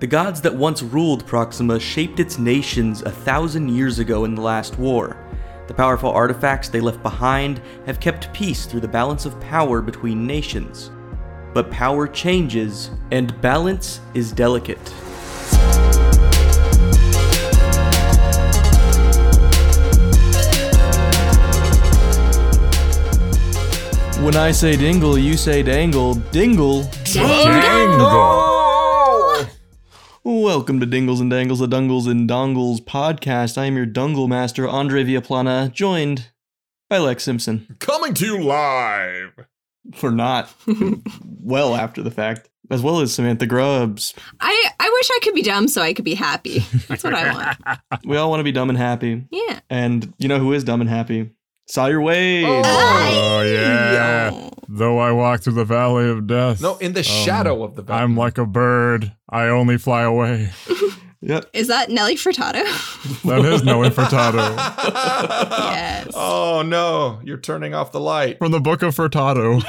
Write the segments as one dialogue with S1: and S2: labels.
S1: The gods that once ruled Proxima shaped its nations a thousand years ago in the last war. The powerful artifacts they left behind have kept peace through the balance of power between nations. But power changes, and balance is delicate.
S2: When I say dingle, you say dangle. Dingle. Welcome to Dingles and Dangles, the Dungles and Dongles podcast. I am your Dungle Master, Andre Viaplana, joined by Lex Simpson.
S3: Coming to you live.
S2: For not well after the fact, as well as Samantha Grubbs.
S4: I, I wish I could be dumb so I could be happy. That's what I want.
S2: We all want to be dumb and happy.
S4: Yeah.
S2: And you know who is dumb and happy? Sawyer Wade.
S3: Oh, yeah.
S4: Yo.
S5: Though I walk through the valley of death.
S3: No, in the
S5: um,
S3: shadow of the bat.
S5: I'm like a bird. I only fly away.
S2: Yep.
S4: Is that Nelly Furtado?
S5: That is no Furtado.
S4: Yes.
S3: Oh no, you're turning off the light.
S5: From the book of Furtado.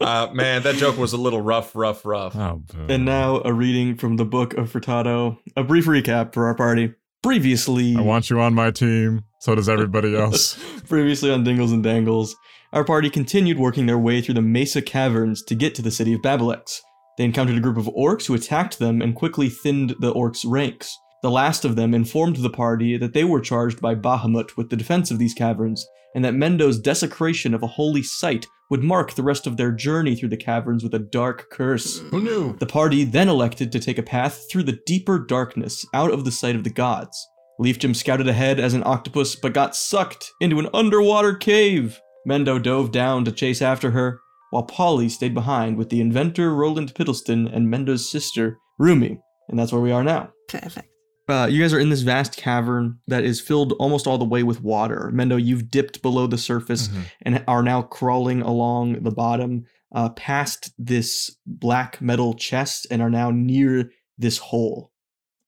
S3: Uh, man, that joke was a little rough, rough, rough.
S5: Oh, boo.
S2: And now a reading from the book of Furtado. A brief recap for our party. Previously,
S5: I want you on my team. So does everybody else.
S2: previously on Dingles and Dangles, our party continued working their way through the Mesa caverns to get to the city of Babelex. They encountered a group of orcs who attacked them and quickly thinned the orcs' ranks. The last of them informed the party that they were charged by Bahamut with the defense of these caverns, and that Mendo's desecration of a holy site would mark the rest of their journey through the caverns with a dark curse.
S3: Who knew?
S2: The party then elected to take a path through the deeper darkness out of the sight of the gods. Leafjim scouted ahead as an octopus but got sucked into an underwater cave. Mendo dove down to chase after her, while Polly stayed behind with the inventor Roland Piddleston and Mendo's sister, Rumi. And that's where we are now.
S4: Perfect.
S2: Uh, you guys are in this vast cavern that is filled almost all the way with water. Mendo, you've dipped below the
S5: Mm-hmm.
S2: surface
S3: Mhm.
S2: and are now crawling along the bottom uh, past this black metal chest and are now near this hole.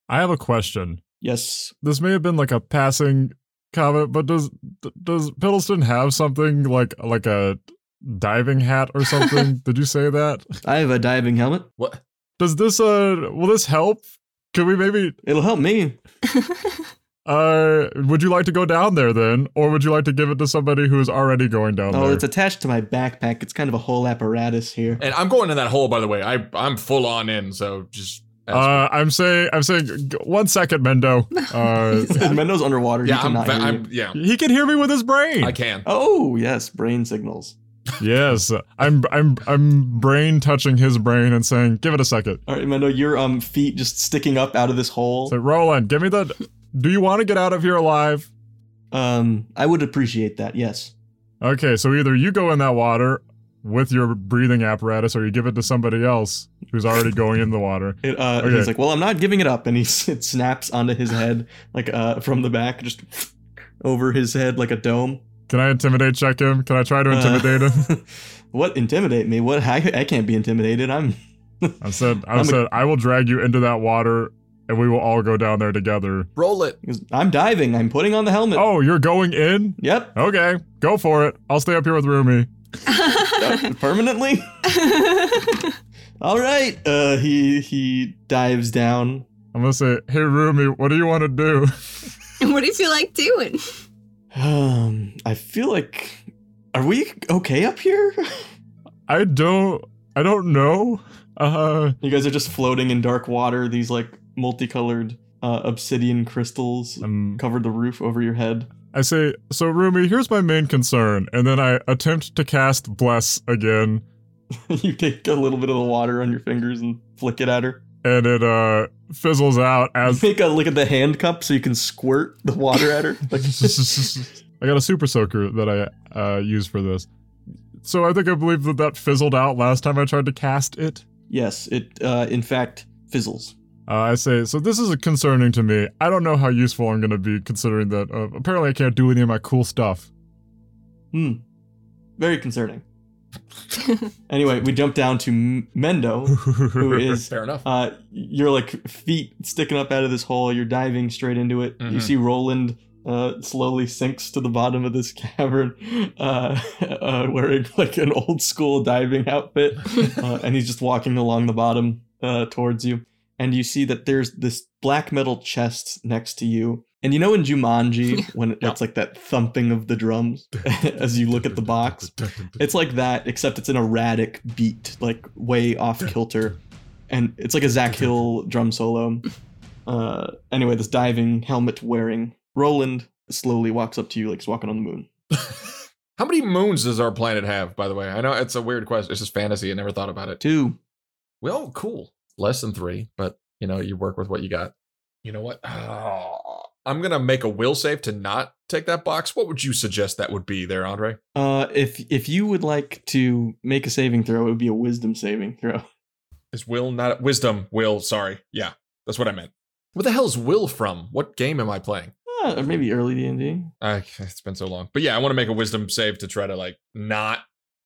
S5: I have a question.
S2: Yes.
S5: This may have been like a passing comment, but does d- does Piddleston have something like like a diving hat or something? Did you say that?
S2: I have a diving helmet.
S3: What?
S5: Does this uh will this help? Can we maybe
S2: It'll help me.
S5: Uh, would you like to go down there then, or would you like to give it to somebody who is already going down
S2: Oh,
S5: there?
S2: it's attached to my backpack. It's kind of a whole apparatus here.
S3: And I'm going in that hole, by the way. I I'm full on in, so just.
S5: uh, I'm saying, I'm saying, g- one second, Mendo. Uh,
S2: Mendo's underwater.
S3: yeah,
S2: he
S3: I'm,
S2: cannot
S3: va-
S2: hear
S3: I'm.
S2: you.
S3: Yeah,
S5: he can hear me with his brain.
S3: I can.
S2: Oh yes, brain signals.
S5: yes, I'm, I'm, I'm brain touching his brain and saying, give it a second.
S2: All right, Mendo, your um feet just sticking up out of this hole.
S5: So, Roland, give me the. Do you want to get out of here alive?
S2: Um, I would appreciate that. Yes.
S5: Okay, so either you go in that water with your breathing apparatus, or you give it to somebody else who's already going in the water.
S2: It, uh,
S5: Okay.
S2: He's like, well, I'm not giving it up, and he s- it snaps onto his head like uh from the back, just over his head like a dome.
S5: Can I intimidate check him? Can I try to
S2: Uh,
S5: intimidate him?
S2: what intimidate me? What I, I can't be intimidated. I'm
S5: I said, I
S2: I'm a-
S5: said, I will drag you into that water, and we will all go down there together.
S3: Roll it.
S2: I'm diving. I'm putting on the helmet.
S5: Oh, you're going in?
S2: Yep.
S5: Okay, go for it. I'll stay up here with Rumi.
S2: Uh, permanently. All right. Uh, he he dives down.
S5: I'm gonna say, hey Rumi, what do you want to do?
S4: what do you feel like doing?
S2: Um, I feel like, are we okay up here?
S5: I don't, I don't know. Uh,
S2: You guys are just floating in dark water. These like multicolored uh, obsidian crystals
S5: um,
S2: covered the roof over your head.
S5: I say, so Rumi, here's my main concern, and then I attempt to cast bless again,
S2: you take a little bit of the water on your fingers and flick it at her.
S5: and it uh fizzles out as.
S2: Make a look at the hand cup so you can squirt the water at her. Like,
S5: I got a super soaker that I uh, use for this. So I think I believe that that fizzled out last time I tried to cast it.
S2: yes, it uh, in fact fizzles.
S5: Uh, I say, so this is concerning to me. I don't know how useful I'm going to be considering that uh, apparently I can't do any of my cool stuff.
S2: Hmm. Very concerning. anyway, we jump down to M- Mendo, who is
S3: Fair enough.
S2: uh, you're like feet sticking up out of this hole. You're diving straight into it. You
S3: Mhm.
S2: see Roland uh, slowly sinks to the bottom of this cavern, uh, uh, wearing like an old school diving outfit, uh, and he's just walking along the bottom uh, towards you. and you see that there's this black metal chest next to you. And you know in Jumanji when
S3: Yeah.
S2: it's like that thumping of the drums as you look at the box? It's like that, except it's an erratic beat, like way off kilter. And it's like a Zach Hill drum solo. Uh, anyway, this diving, helmet wearing Roland slowly walks up to you like he's walking on the moon.
S3: How many moons does our planet have, by the way? I know it's a weird question. It's just fantasy. I never thought about it.
S2: Two.
S3: Well, cool. Less than three, but you know, you work with what you got. You know what? Ah, I'm gonna make a will save to not take that box. What would you suggest that would be there, Andre?
S2: Uh, if if you would like to make a saving throw, it would be a wisdom saving throw.
S3: Is will not wisdom? Will, sorry. Yeah, that's what I meant. What the hell is will from? What game am I playing?
S2: Uh, or maybe early D and D.
S3: I, it's been so long. But yeah, I want to make a wisdom save to try to like not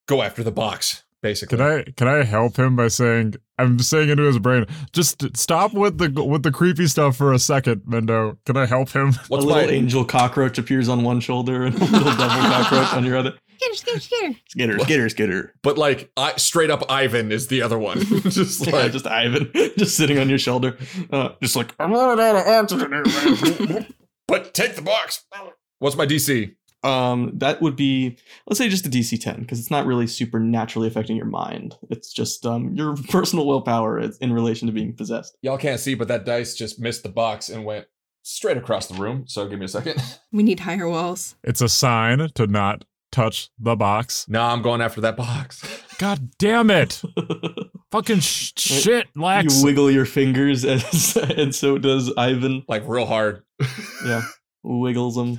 S3: go after the box, basically.
S5: Can I can I help him by saying I'm saying into his brain, just stop with the with the creepy stuff for a second, Mendo. Can I help him?
S2: A
S3: What's
S2: little
S3: my
S2: angel cockroach appears on one shoulder and a little devil cockroach on your other.
S4: Skitter, skitter, skitter.
S2: Skitter, skitter, skitter.
S3: but like I straight up Ivan is the other one. just
S2: Yeah,
S3: like
S2: just Ivan, just sitting on your shoulder, uh, just like I'm running out of oxygen.
S3: but take the box. What's my DC?
S2: um, that would be let's say just a DC 10 because it's not really super naturally affecting your mind. It's just um your personal willpower is in relation to being possessed.
S3: Y'all can't see, but that dice just missed the box and went straight across the room. So give me a second.
S4: We need higher walls.
S5: It's a sign to not touch the box.
S3: No, I'm going after that box.
S5: God damn it! Fucking sh- shit, Lex.
S2: You wiggle your fingers as and so does Ivan.
S3: Like real hard.
S2: Yeah, wiggles them.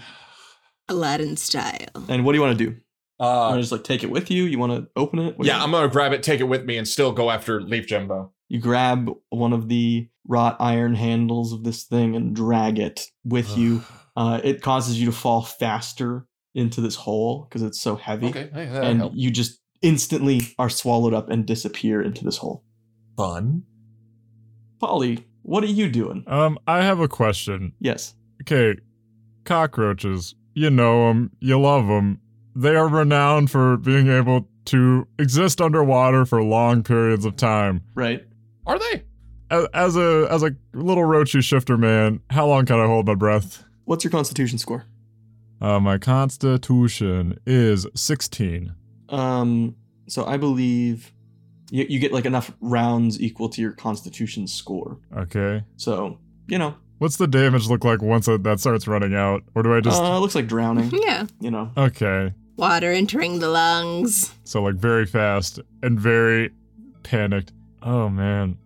S4: Aladdin style.
S2: And what do you want to do? You want
S3: Uh,
S2: to just like take it with you? You want to open it? What do you-
S3: yeah, I'm gonna grab it, take it with me, and still go after Leaf Jumbo.
S2: You grab one of the wrought iron handles of this thing and drag it with you. Uh, it causes you to fall faster into this hole because it's so heavy.
S3: Okay, hey, that
S2: and
S3: helped.
S2: you just instantly are swallowed up and disappear into this hole.
S3: Fun.
S2: Polly, what are you
S3: Uh.
S2: doing?
S5: Um, I have a question.
S2: Yes.
S5: Okay, cockroaches. You know them. You love them. They are renowned for being able to exist underwater for long periods of time.
S2: Right.
S3: Are they?
S5: As, as a as a little roachy shifter man, how long can I hold my breath?
S2: What's your constitution score?
S5: Uh, my constitution is 16.
S2: Um, so I believe you, you get like enough rounds equal to your constitution score.
S5: Okay.
S2: So, you know,
S5: What's the damage look like once it, that starts running out? Or do I just.
S2: uh, it looks like drowning,
S4: Yeah.
S2: you know.
S5: okay.
S4: Water entering the lungs.
S5: So, like, very fast and very panicked. Oh, man.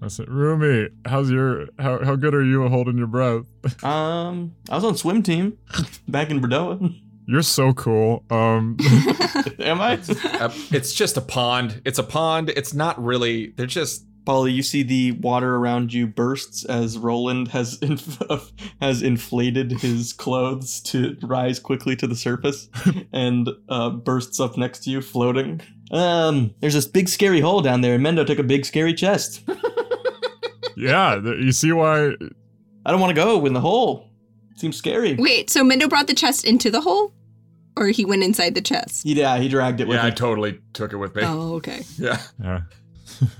S5: I said, Rumi, how's your. How, how good are you at holding your breath?
S2: Um, I was on swim team back in Bordeaux.
S5: You're so cool. Um,
S2: Am I?
S3: Uh, it's just a pond. It's a pond. It's not really. They're just.
S2: Polly, you see the water around you bursts as Roland has inf- has inflated his clothes to rise quickly to the surface and uh, bursts up next to you, floating. Um, there's this big scary hole down there, and Mendo took a big scary chest.
S5: yeah, th- you see why?
S2: I don't want to go in the hole. Seems scary.
S4: Wait, so Mendo brought the chest into the hole? Or he went inside the chest?
S2: Yeah, he dragged it with
S3: Yeah, I
S2: him.
S3: totally took it with me.
S4: Oh, okay.
S3: Yeah,
S5: Yeah.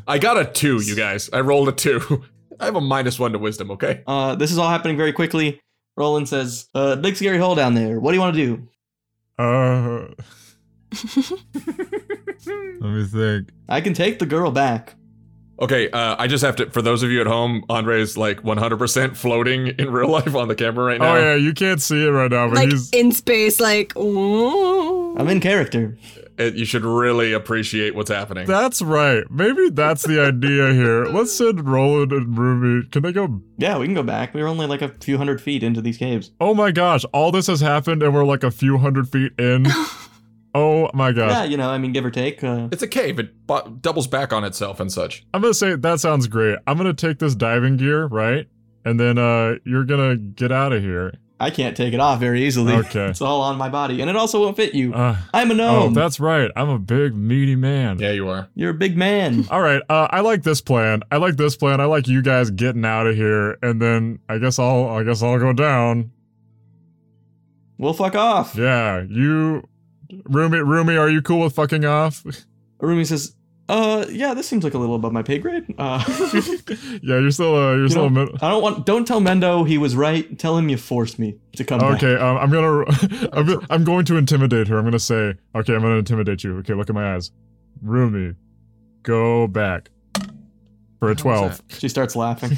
S3: I got a two, you guys. I rolled a two. I have a minus one to wisdom. Okay.
S2: uh, this is all happening very quickly. Roland says, uh, "Big scary hole down there. What do you want to do?"
S5: Uh, let me think.
S2: I can take the girl back.
S3: Okay, uh, I just have to. For those of you at home, Andre's like 100% floating in real life on the camera right now.
S5: Oh, yeah, you can't see it right now, but
S4: like
S5: he's.
S4: in space, like, oh.
S2: I'm in character.
S3: It- you should really appreciate what's happening.
S5: That's right. Maybe that's the idea here. Let's send Roland and Rumi. Can they go?
S2: Yeah, we can go back. We were only like a few hundred feet into these caves.
S5: Oh my gosh, all this has happened and we're like a few hundred feet in. Oh my gosh.
S2: Yeah, you know, I mean, give or take. Uh,
S3: it's a cave. It bu- doubles back on itself and such.
S5: I'm gonna say that sounds great. I'm gonna take this diving gear, right? And then uh you're gonna get out of here.
S2: I can't take it off very easily.
S5: Okay.
S2: it's all on my body, and it also won't fit you.
S5: Uh,
S2: I'm a
S5: oh,
S2: gnome.
S5: that's right. I'm a big meaty man.
S3: Yeah, you are.
S2: You're a big man.
S5: All right, uh, I like this plan. I like this plan. I like you guys getting out of here, and then I guess I'll I guess I'll go down.
S2: We'll fuck off.
S5: Yeah, you, Rumi, Rumi, are you cool with fucking off?
S2: Arumi says, Uh, yeah, this seems like a little above my pay grade. Uh,
S5: yeah, you're still uh, you're
S2: you
S5: still a
S2: know,
S5: mid-
S2: I don't want. Don't tell Mendo he was right. Tell him you forced me to come. back.
S5: Okay, um, I'm gonna I'm, gonna- I'm going to intimidate her. I'm gonna say, okay, I'm gonna intimidate you. Okay, look at my eyes. Rumi, go back for a
S3: How's
S5: twelve.
S2: She starts laughing.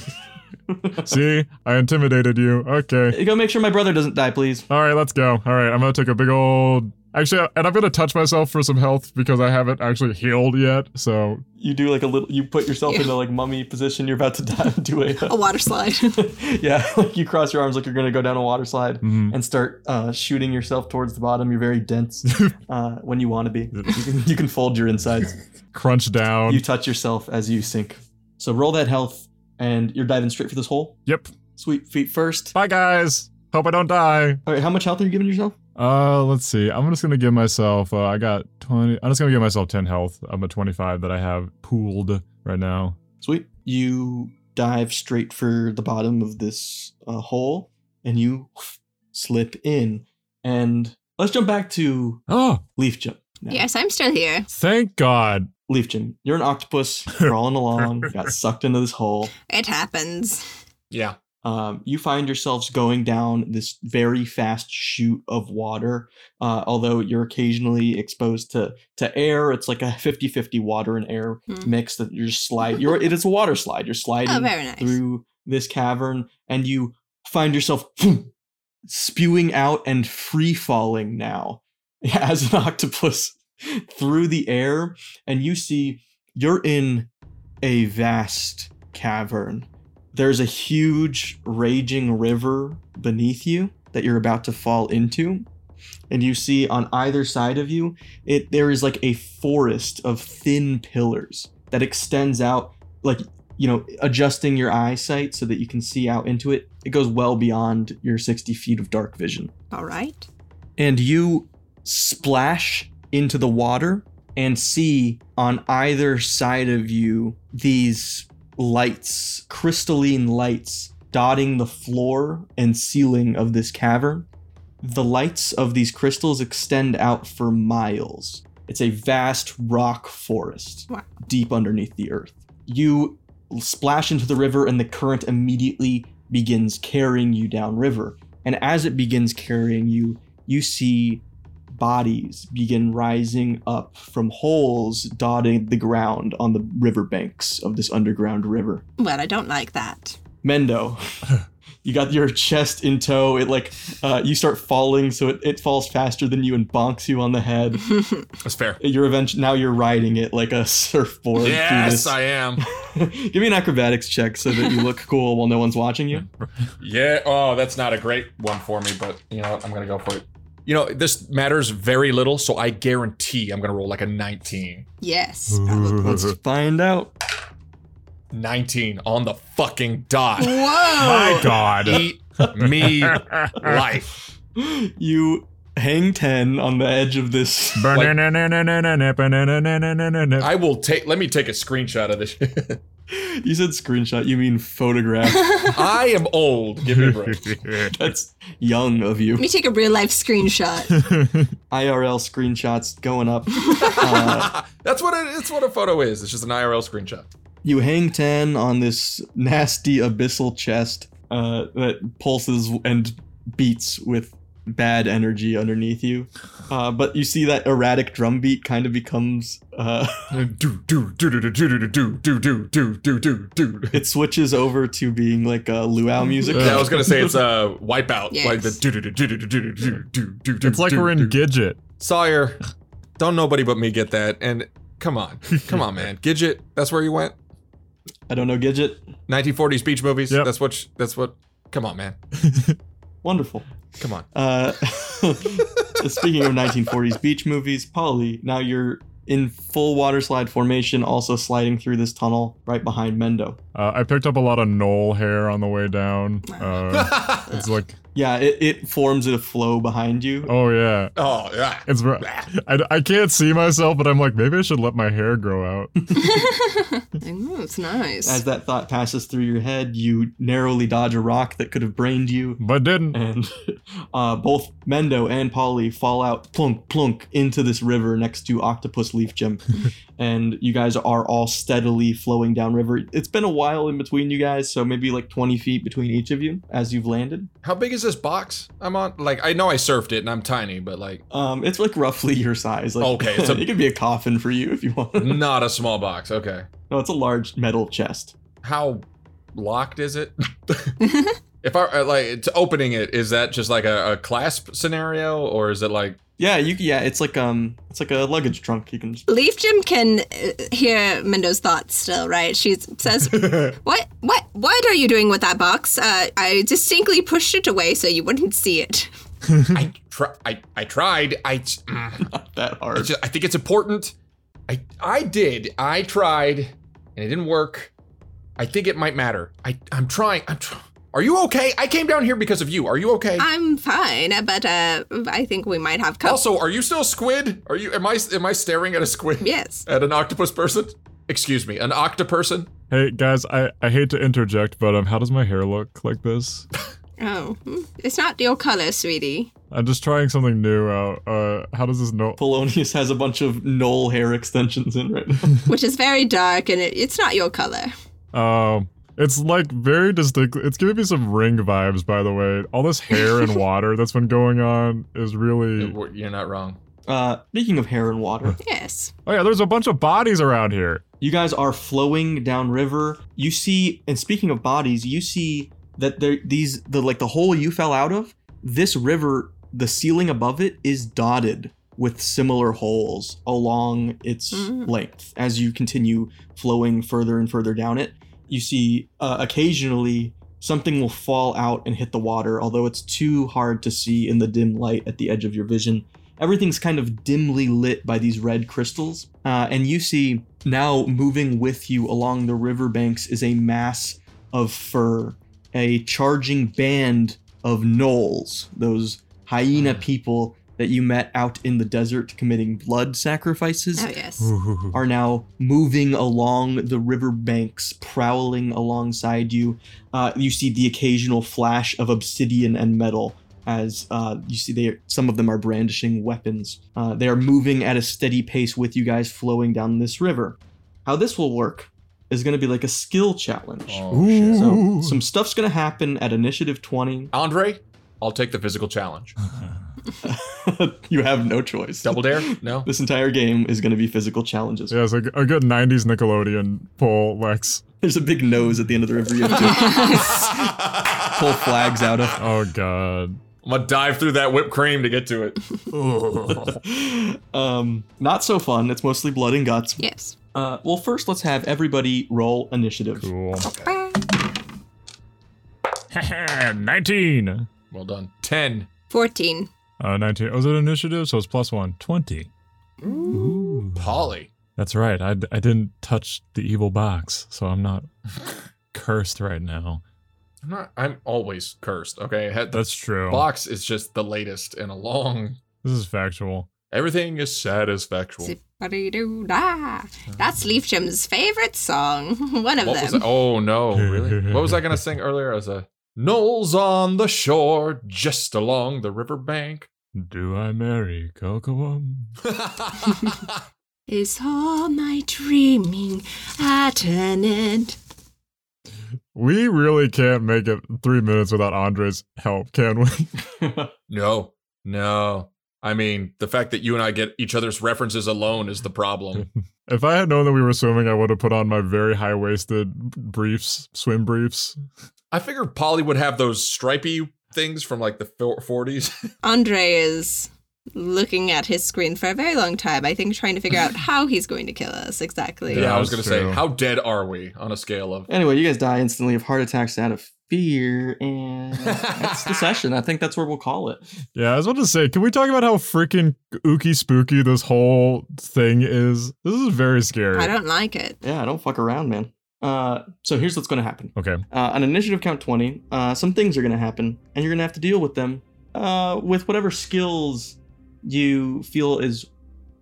S5: See, I intimidated you. Okay,
S2: Go make sure my brother doesn't die, please.
S5: all right, let's go. All right, I'm gonna take a big old. Actually, uh, and I'm gonna touch myself for some health because I haven't actually healed yet. So
S2: You do like a little. You put yourself
S4: Yeah. Oh.
S2: in the like mummy position. You're about to die. Do a.
S4: A water slide.
S2: yeah, like you cross your arms like you're gonna go down a water slide
S5: mhm.
S2: and start uh, shooting yourself towards the bottom. You're very dense uh, when you want to be. You can, you can fold your insides.
S5: crunch down.
S2: You touch yourself as you sink. So roll that health, and you're diving straight for this hole.
S5: yep.
S2: Sweet feet first.
S5: Bye guys. Hope I don't die.
S2: All right, how much health are you giving yourself?
S5: Uh, let's see. I'm just gonna give myself. Uh, I got twenty. I'm just gonna give myself ten health. I'm at twenty-five that I have pooled right now.
S2: Sweet. You dive straight for the bottom of this uh, hole, and you slip in. And let's jump back to
S5: Oh,
S2: leaf jump. now.
S4: yes, I'm still here.
S5: thank God.
S2: Leaf Jim, you're an octopus crawling along, got sucked into this hole.
S4: It happens.
S3: Yeah.
S2: Um, you find yourselves going down this very fast chute of water. Uh, although you're occasionally exposed to to air, it's like a 50 50 water and air
S4: Hmm.
S2: mix that you're slide. You're, it is a water slide. You're sliding
S4: Oh, very nice.
S2: through this cavern and you find yourself spewing out and free falling now as an octopus through the air and you see you're in a vast cavern there's a huge raging river beneath you that you're about to fall into and you see on either side of you it there is like a forest of thin pillars that extends out like you know, adjusting your eyesight so that you can see out into it, it goes well beyond your 60 feet of dark vision.
S4: All right.
S2: And you splash into the water and see on either side of you these lights, crystalline lights, dotting the floor and ceiling of this cavern. The lights of these crystals extend out for miles. It's a vast rock forest
S4: Wow.
S2: deep underneath the earth. You splash into the river, and the current immediately begins carrying you downriver. And as it begins carrying you, you see bodies begin rising up from holes dotting the ground on the riverbanks of this underground river.
S4: Well, I don't like that.
S2: Mendo, you got your chest in tow. It like uh, you start falling, so it, it falls faster than you and bonks you on the head.
S3: That's fair.
S2: You're eventually now you're riding it like a surfboard. through
S3: Yes,
S2: this.
S3: I am.
S2: Give me an acrobatics check so that you look cool while no one's watching you.
S3: Yeah. Oh, that's not a great one for me, but you know what? I'm gonna go for it. You know, this matters very little, so I guarantee I'm gonna roll like a 19.
S4: yes.
S2: Let's find out.
S3: 19 on the fucking dot.
S5: My
S4: Whoa.
S5: God.
S3: Eat me life.
S2: You hang 10 on the edge of this.
S5: Banana-na-na-na-na-na-na-na-na-na-na.
S3: I will take let me take a screenshot of this.
S2: You said screenshot, you mean photograph.
S3: I am old. Give me a break.
S2: That's young of you.
S4: Let me take a real life screenshot.
S2: IRL screenshots going up. Uh,
S3: that's what it, it's what a photo is. It's just an IRL screenshot.
S2: you hang 10 on this nasty abyssal chest uh, that pulses and beats with bad energy underneath you. Uh, but you see that erratic drum beat kind of becomes. Uh,
S3: Do do do do do do do do do do do do do do.
S2: it switches over to being like a luau music.
S3: Yeah, I was gonna say it's a uh, wipeout.
S4: Yes.
S3: Like the do do do do do do do do do do.
S5: It's like we're in Gidget.
S3: Sawyer. Don't nobody but me get that. And come on, come on, man. Gidget, that's where you went.
S2: I don't know, Gidget.
S3: 1940s beach movies.
S5: Yep.
S3: That's what. sh- That's what. Come on, man.
S2: Wonderful.
S3: Come on.
S2: Uh, speaking of 1940s beach movies, Polly, now you're in full water slide formation, also sliding through this tunnel right behind Mendo.
S5: Uh, I picked up a lot of knoll hair on the way down. Uh, it's like,
S2: Yeah, it, it forms a flow behind you.
S5: oh yeah,
S3: oh yeah.
S5: it's. r- I, I can't see myself, but I'm like, maybe I should let my hair grow out.
S4: Ooh, it's nice.
S2: As that thought passes through your head, you narrowly dodge a rock that could have brained you.
S5: But didn't.
S2: And uh, both Mendo and Polly fall out plunk plunk into this river next to Octopus Leaf Gym. and you guys are all steadily flowing downriver. It's been a while in between you guys, so maybe like 20 feet between each of you as you've landed.
S3: How big is this box I'm on? Like, I know I surfed it and I'm tiny, but like,
S2: Um, it's like roughly your size. Like,
S3: Okay, it's a- Mm-hmm.
S2: it could be a coffin for you if you want.
S3: not a small box. Okay.
S2: no, it's a large metal chest.
S3: How locked is it? if I uh, like it's opening it, is that just like a, a clasp scenario or is it like,
S2: Yeah, you c- yeah, it's like um, it's like a luggage trunk. You can just
S4: Leaf Jim can uh, hear Mindo's thoughts still, right? She says, "What? What? What are you doing with that box? Uh, I distinctly pushed it away so you wouldn't see it."
S3: I, try, I, I tried. I, mm,
S2: not that hard.
S3: it's just- I think it's important. I, I did. I tried and it didn't work. I think it might matter. I, I'm trying. I'm tr- Are you okay? I came down here because of you. Are you okay?
S4: I'm fine, uh, but uh, I think we might have cups.
S3: Also, are you still a squid? Are you? Am I? Am I staring at a squid?
S4: yes.
S3: At an octopus person? Excuse me, an octoperson?
S5: Hey guys, I, I hate to interject, but um, how does my hair look like this?
S4: Oh, hmm. it's not your color, sweetie.
S5: I'm just trying something new out. Uh, how does this no?
S2: Polonius has a bunch of knoll hair extensions in right now.
S4: Which is very dark, and it, it's not your color.
S5: Um, it's like very distinct. It's giving me some ring vibes, by the way. All this hair and water that's been going on is really.
S3: You're not wrong.
S2: Uh, speaking of hair and water,
S4: Yes.
S5: Oh yeah, there's a bunch of bodies around here.
S2: you guys are flowing downriver. You see, and speaking of bodies, you see that there these the like the hole you fell out of. This river, the ceiling above it is dotted with similar holes along its
S4: Mm.
S2: length. As you continue flowing further and further down it, you see uh, occasionally something will fall out and hit the water. Although it's too hard to see in the dim light at the edge of your vision, everything's kind of dimly lit by these red crystals. Uh, and you see now moving with you along the riverbanks is a mass of fur, a charging band of gnolls, those hyena people that you met out in the desert committing blood sacrifices
S4: Oh,
S3: Hmm.
S4: yes.
S5: Ooh.
S2: are now moving along the riverbanks, prowling alongside you. Uh, you see the occasional flash of obsidian and metal as uh, you see they some of them are brandishing weapons. Uh, they are moving at a steady pace with you guys flowing down this river. How this will work is going to be like a skill challenge.
S3: Oh,
S2: So
S5: Ooh.
S2: some stuff's going to happen at initiative 20.
S3: Andre, I'll take the physical challenge.
S2: you have no choice.
S3: Double dare? No.
S2: This entire game is going to be physical challenges.
S5: Yeah, it's like a good '90s Nickelodeon pull, Lex.
S2: There's a big nose at the end of the river. You have to pull flags out of.
S5: Oh god.
S3: I'm gonna dive through that whipped cream to get to it.
S2: um, not so fun. It's mostly blood and guts.
S4: Yes.
S2: Uh, well, first let's have everybody roll initiative.
S5: Cool.
S4: Bah.
S5: 19.
S3: Well done. Ten.
S4: 14.
S5: Uh, 19. Oh, is it initiative? So it's plus one. 20.
S3: Polly.
S5: That's right. I, I didn't touch the evil box, so I'm not cursed right now.
S3: I'm not. I'm always cursed. Okay. I had the
S5: That's true.
S3: box is just the latest in a long.
S5: This is factual.
S3: Everything is satisfactual.
S4: Zip-a-dee-doo-dah. That's Leaf Jim's favorite song. One of
S3: What was
S4: them.
S3: I- oh no, really? What was I gonna sing earlier? As a Knolls on the shore, just along the riverbank.
S5: Do I marry Cocoam?
S4: Is all my dreaming at an end?
S5: We really can't make it three minutes without Andre's help, can we?
S3: no, no. I mean, the fact that you and I get each other's references alone is the problem.
S5: if I had known that we were swimming, I would have put on my very high waisted briefs, swim briefs.
S3: I figured Polly would have those stripy things from like the fo- 40s.
S4: Andre is looking at his screen for a very long time, I think trying to figure out how he's going to kill us exactly.
S3: yeah, I was gonna
S5: that's
S3: say,
S5: true.
S3: how dead are we on a scale of?
S2: anyway, you guys die instantly of heart attacks out of fear, and that's the session. I think that's where we'll call it.
S5: Yeah, I was about to say, can we talk about how freaking ooky spooky this whole thing is? This is very scary.
S4: I don't like it.
S2: Yeah, don't fuck around, man. Uh, so here's what's going to happen.
S5: okay.
S2: Uh, on initiative count 20, uh, some things are going to happen, and you're going to have to deal with them uh, with whatever skills you feel is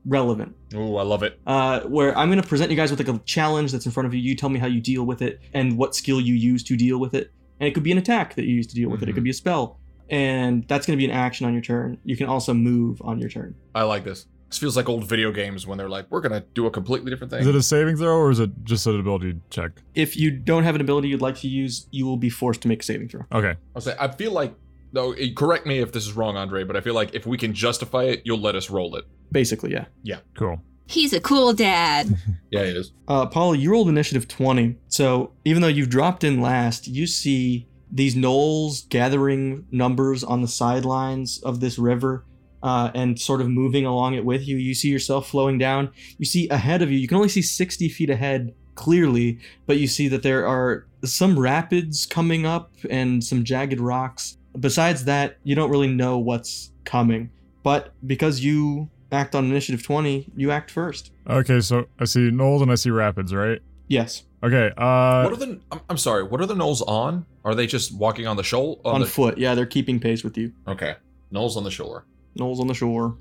S2: relevant.
S3: Ooh, I love it.
S2: uh, where I'm going to present you guys with like a challenge that's in front of you. You tell me how you deal with it and what skill you use to deal with it. And it could be an attack that you use to deal with it. It
S3: Mhm.
S2: could be a spell. And that's going to be an action on your turn. You can also move on your turn.
S3: I like this. This feels like old video games when they're like, we're gonna do a completely different thing.
S5: Is it a saving throw or is it just an ability check?
S2: If you don't have an ability you'd like to use, you will be forced to make a saving throw.
S5: Okay.
S3: I'll say I feel like though. eh, Correct me if this is wrong, Andre, but I feel like if we can justify it, you'll let us roll it.
S2: Basically, yeah.
S5: Cool.
S4: He's a cool dad.
S3: Yeah, it is.
S2: Uh, Paul, you rolled initiative 20. So even though you've dropped in last, you see these knolls gathering numbers on the sidelines of this river uh, and sort of moving along it with you. You see yourself flowing down. You see ahead of you, you can only see 60 feet ahead clearly, but you see that there are some rapids coming up and some jagged rocks. Besides that, you don't really know what's coming. But because you act on initiative 20, you act first.
S5: Okay, so I see Knowles and I see Rapids, right?
S2: Yes.
S5: Okay, uh
S3: what are the? I'm, I'm sorry. What are the gnolls on? Are they just walking on the shoal?
S2: on
S3: Oh, the,
S2: foot. Yeah, they're keeping pace with you.
S3: okay, gnolls on the shore.
S2: Knowles on the shore.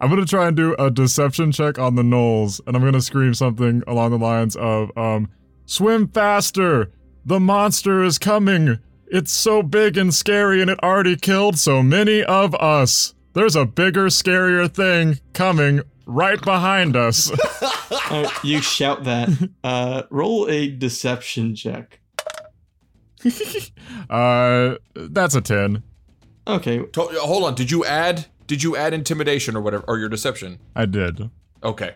S5: I'm gonna try and do a deception check on the Knowles, and I'm gonna scream something along the lines of, um, swim faster! The monster is coming! It's so big and scary and it already killed so many of us. There's a bigger, scarier thing coming right behind us.
S2: All right, Oh, you shout that. Uh, roll a deception check.
S5: uh, that's a 10.
S2: Okay,
S3: To- uh, hold on. Did you add? Did you add intimidation or whatever, or your deception?
S5: I did.
S3: Okay.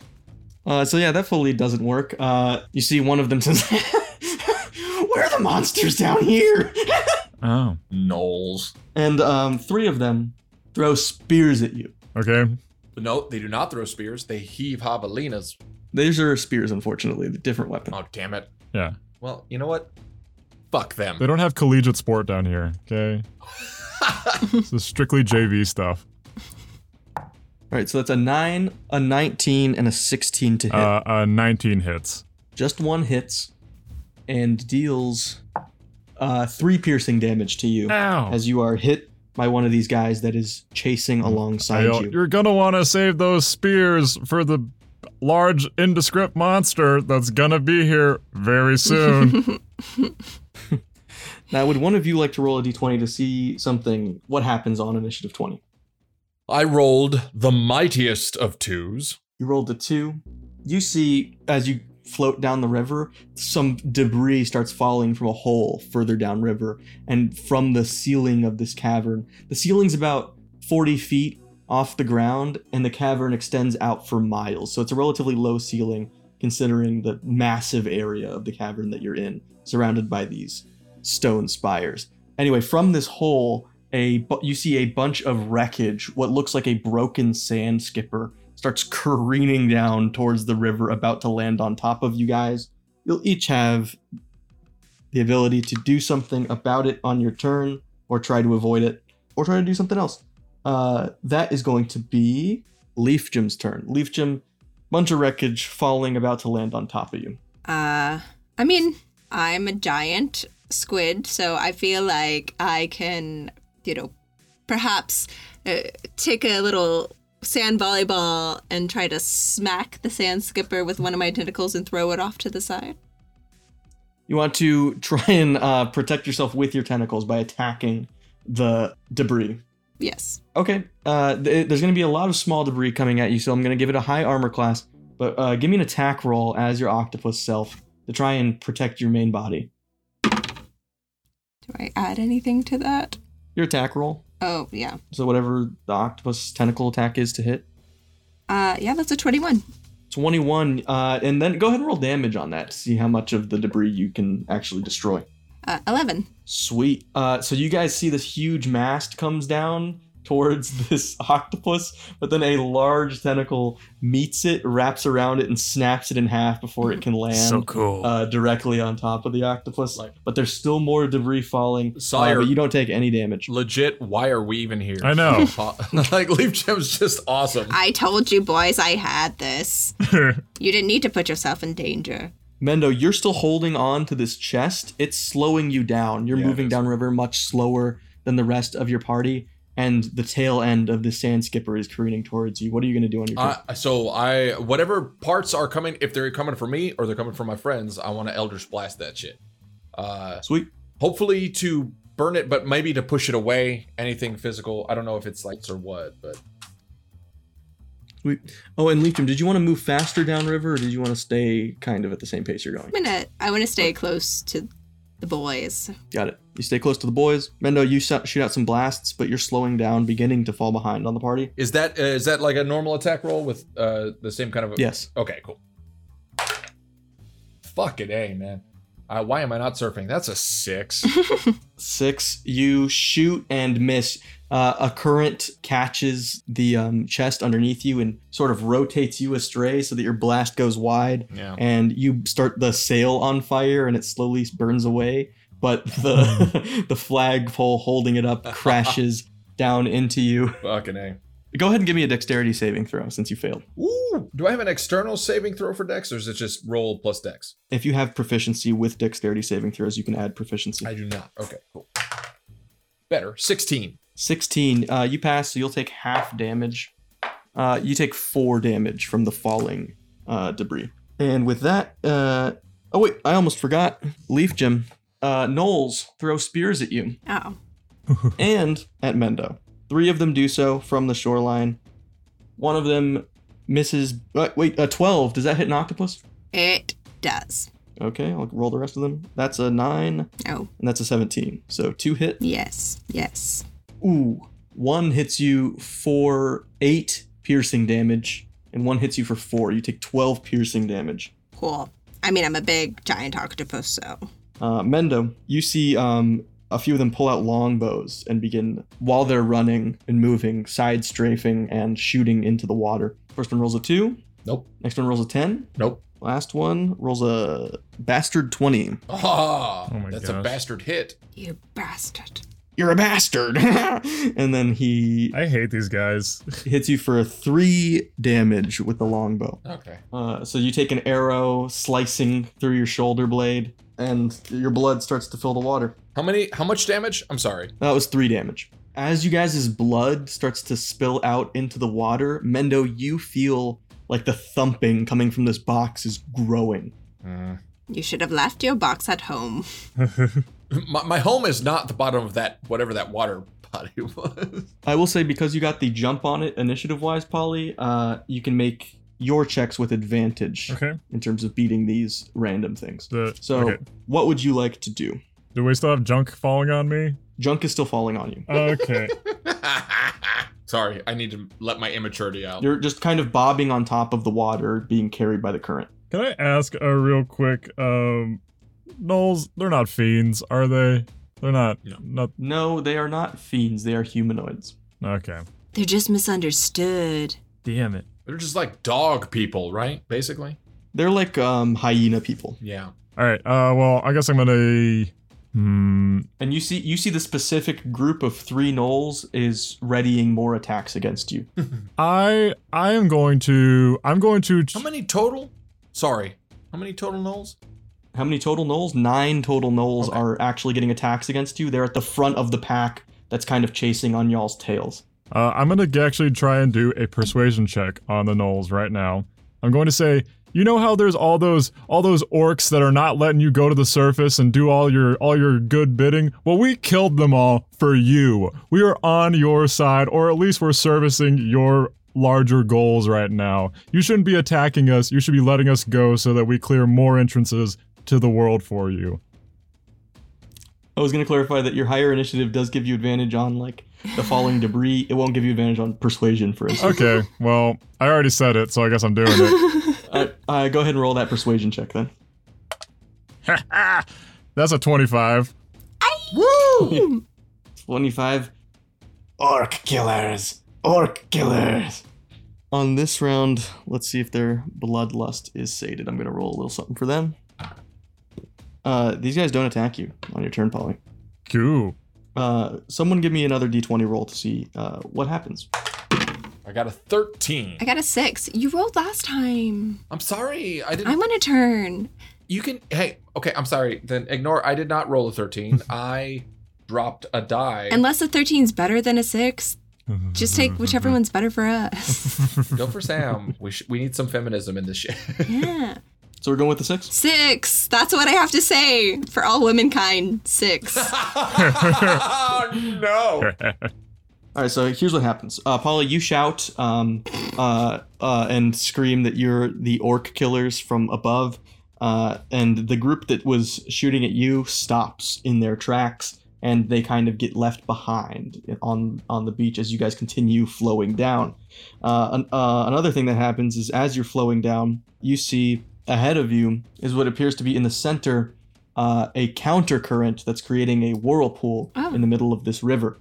S2: Uh, so yeah, that fully doesn't work. Uh, you see, one of them says, "Where are the monsters down here?"
S5: Oh.
S3: Gnolls.
S2: And um, three of them throw spears at you.
S5: Okay.
S3: No, they do not throw spears. They heave javelinas.
S2: These are spears, unfortunately, the different weapon.
S3: Oh damn it.
S5: Yeah.
S3: Well, you know what? Fuck them.
S5: They don't have collegiate sport down here, okay? this is strictly JV stuff.
S2: All right, so that's a nine, a nineteen, and a sixteen to hit.
S5: Uh, uh, 19 hits.
S2: Just one hits, and deals uh, three piercing damage to you
S5: Ow!
S2: as you are hit by one of these guys that is chasing alongside
S5: Dale,
S2: you.
S5: You're gonna wanna save those spears for the large indescript monster that's gonna be here very soon.
S2: Now, would one of you like to roll a d20 to see something? What happens on initiative 20?
S3: I rolled the mightiest of twos.
S2: You rolled a two. You see, as you float down the river, some debris starts falling from a hole further downriver and from the ceiling of this cavern. The ceiling's about 40 feet off the ground, and the cavern extends out for miles. So it's a relatively low ceiling considering the massive area of the cavern that you're in, surrounded by these stone spires. Anyway, from this hole, a bu- you see a bunch of wreckage, what looks like a broken sand skipper starts careening down towards the river, about to land on top of you guys. You'll each have the ability to do something about it on your turn, or try to avoid it, or try to do something else. Uh, that is going to be Leaf Jim's turn. Leaf Jim, bunch of wreckage falling, about to land on top of you.
S4: Uh, I mean, I'm a giant squid, so I feel like I can, you know, perhaps uh, take a little sand volleyball and try to smack the sand skipper with one of my tentacles and throw it off to the side.
S2: You want to try and uh, protect yourself with your tentacles by attacking the debris.
S4: Yes.
S2: Okay. Uh, th- there's going to be a lot of small debris coming at you, so I'm going to give it a high armor class. But uh, give me an attack roll as your octopus self to try and protect your main body.
S4: Do I add anything to that?
S2: Your attack roll.
S4: Oh, yeah.
S2: So whatever the octopus tentacle attack is to hit.
S4: Uh, yeah, that's a 21.
S2: 21, uh, and then go ahead and roll damage on that to see how much of the debris you can actually destroy.
S4: Uh, 11.
S2: Sweet. Uh, so you guys see this huge mast comes down towards this octopus, but then a large tentacle meets it, wraps around it, and snaps it in half before it can land
S5: cool.
S2: uh, directly on top of the octopus.
S3: Like-
S2: but there's still more debris falling. uh,
S3: Sire.
S2: but you don't take any damage.
S3: Legit, why are we even here? Uh,
S5: I know.
S3: like Leaf Gem's just awesome.
S4: I told you, boys, I had this. You didn't need to put yourself in danger.
S2: Mendo, you're still holding on to this chest. It's slowing you down. You're
S3: Yeah, it
S2: moving
S3: is.
S2: downriver much slower than the rest of your party, and the tail end of the sand skipper is careening towards you. What are you going to do on your turn?
S3: I, so I whatever parts are coming, if they're coming from me or they're coming from my friends, I want to Eldritch Blast that shit. Uh,
S2: Sweet.
S3: hopefully to burn it, but maybe to push it away. Anything physical? I don't know if it's lights or what, but
S2: Sweet. Oh, and Leitrim, did you want to move faster downriver, or did you want to stay kind of at the same pace you're going?
S4: I'm gonna. I want to stay close to the boys.
S2: Got it. You stay close to the boys. Mendo, you so- shoot out some blasts, but you're slowing down, beginning to fall behind on the party.
S3: Is that uh, is that like a normal attack roll with uh the same kind of
S2: Yes.
S3: Okay, cool. Fucking A, man. Uh, why am I not surfing? That's a six.
S2: Six. You shoot and miss. Uh, a current catches the um, chest underneath you and sort of rotates you astray so that your blast goes wide,
S3: yeah.
S2: and you start the sail on fire, and it slowly burns away. But the the flagpole holding it up crashes down into you.
S3: Fucking A.
S2: Go ahead and give me a dexterity saving throw since you failed.
S3: Ooh. Do I have an external saving throw for Dex, or is it just roll plus Dex?
S2: If you have proficiency with dexterity saving throws, you can add proficiency.
S3: I do not. Okay, cool. Better. 16.
S2: 16. Uh, you pass, so you'll take half damage. Uh, you take four damage from the falling uh, debris. And with that, uh, oh wait, I almost forgot. Leaf Jim, uh, Knowles throw spears at you
S4: Oh,
S2: and at Mendo. Three of them do so from the shoreline. One of them misses. Uh, wait, a 12. Does that hit an octopus?
S4: it does.
S2: Okay, I'll roll the rest of them. That's a 9, and
S4: Oh,
S2: that's a 17. So two hit.
S4: yes, yes.
S2: Ooh. One hits you for eight piercing damage, and one hits you for four. You take 12 piercing damage.
S4: Cool. I mean, I'm a big giant octopus, so
S2: Uh, Mendo, you see um, a few of them pull out longbows and begin, while they're running and moving, side strafing and shooting into the water. First one rolls a two.
S3: Nope.
S2: Next one rolls a 10.
S3: Nope.
S2: Last one rolls a bastard 20.
S3: Ah,
S5: Oh my
S3: that's a
S5: gosh.
S3: bastard hit.
S4: you bastard.
S2: You're a bastard! and then he
S5: I hate these guys.
S2: hits you for three damage with the longbow.
S3: Okay.
S2: Uh, so you take an arrow slicing through your shoulder blade, and your blood starts to fill the water.
S3: How many? How much damage? I'm sorry.
S2: That was three damage. As you guys' blood starts to spill out into the water, Mendo, you feel like the thumping coming from this box is growing.
S5: Mm.
S4: You should have left your box at home.
S3: My, my home is not the bottom of that whatever that water body was.
S2: I will say because you got the jump on it initiative wise, Polly, uh, you can make your checks with advantage
S5: Okay.
S2: in terms of beating these random things.
S5: The,
S2: So,
S5: okay.
S2: what would you like to do?
S5: Do we still have junk falling on me?
S2: Junk is still falling on you.
S5: Okay.
S3: sorry, I need to let my immaturity out.
S2: You're just kind of bobbing on top of the water, being carried by the current.
S5: Can I ask a real quick um Knowles, they're not fiends, are they? They're not
S3: No.
S5: not
S2: No, they are not fiends. They are humanoids.
S5: okay.
S4: They're just misunderstood.
S5: Damn it.
S3: They're just like dog people, right? Basically.
S2: They're like um, hyena people.
S3: Yeah.
S5: Alright, uh well I guess I'm gonna Hmm
S2: And you see, you see the specific group of three gnolls is readying more attacks against you.
S5: I I am going to I'm going to
S3: How many total? Sorry. How many total knolls?
S2: How many total gnolls? Nine total gnolls
S3: Okay.
S2: are actually getting attacks against you. They're at the front of the pack. That's kind of chasing on y'all's tails.
S5: Uh, I'm going to actually try and do a persuasion check on the Knolls right now. I'm going to say, you know how there's all those all those orcs that are not letting you go to the surface and do all your all your good bidding? Well, we killed them all for you. We are on your side or at least we're servicing your larger goals right now. You shouldn't be attacking us. You should be letting us go so that we clear more entrances to the world for you.
S2: I was going to clarify that your higher initiative does give you advantage on like the falling debris. It won't give you advantage on persuasion, for instance.
S5: Okay, well, I already said it, so I guess I'm doing it.
S2: uh, uh, go ahead and roll that persuasion check then.
S5: That's a 25.
S4: Woo!
S2: 25 orc killers orc killers on this round let's see if their bloodlust is sated i'm gonna roll a little something for them uh these guys don't attack you on your turn polly
S5: Cool.
S2: uh someone give me another d20 roll to see uh what happens
S3: I got a 13.
S4: I got a six. You rolled last time.
S3: I'm sorry. I didn't.
S4: I'm on a turn.
S3: you can. Hey, okay. I'm sorry. Then ignore. I did not roll a 13. I dropped a die.
S4: Unless a 13's better than a six, just take whichever one's better for us.
S3: Go for Sam. We sh- we need some feminism in this shit.
S4: Yeah.
S2: so we're going with the six
S4: Six. That's what I have to say for all womankind. Six.
S3: oh, no.
S2: All right, so here's what happens. Uh, Paula, you shout um, uh, uh, and scream that you're the orc killers from above, uh, and the group that was shooting at you stops in their tracks, and they kind of get left behind on on the beach as you guys continue flowing down. Uh, an, uh, another thing that happens is as you're flowing down, you see ahead of you is what appears to be in the center uh, a counter current that's creating a whirlpool
S4: Oh.
S2: in the middle of this river.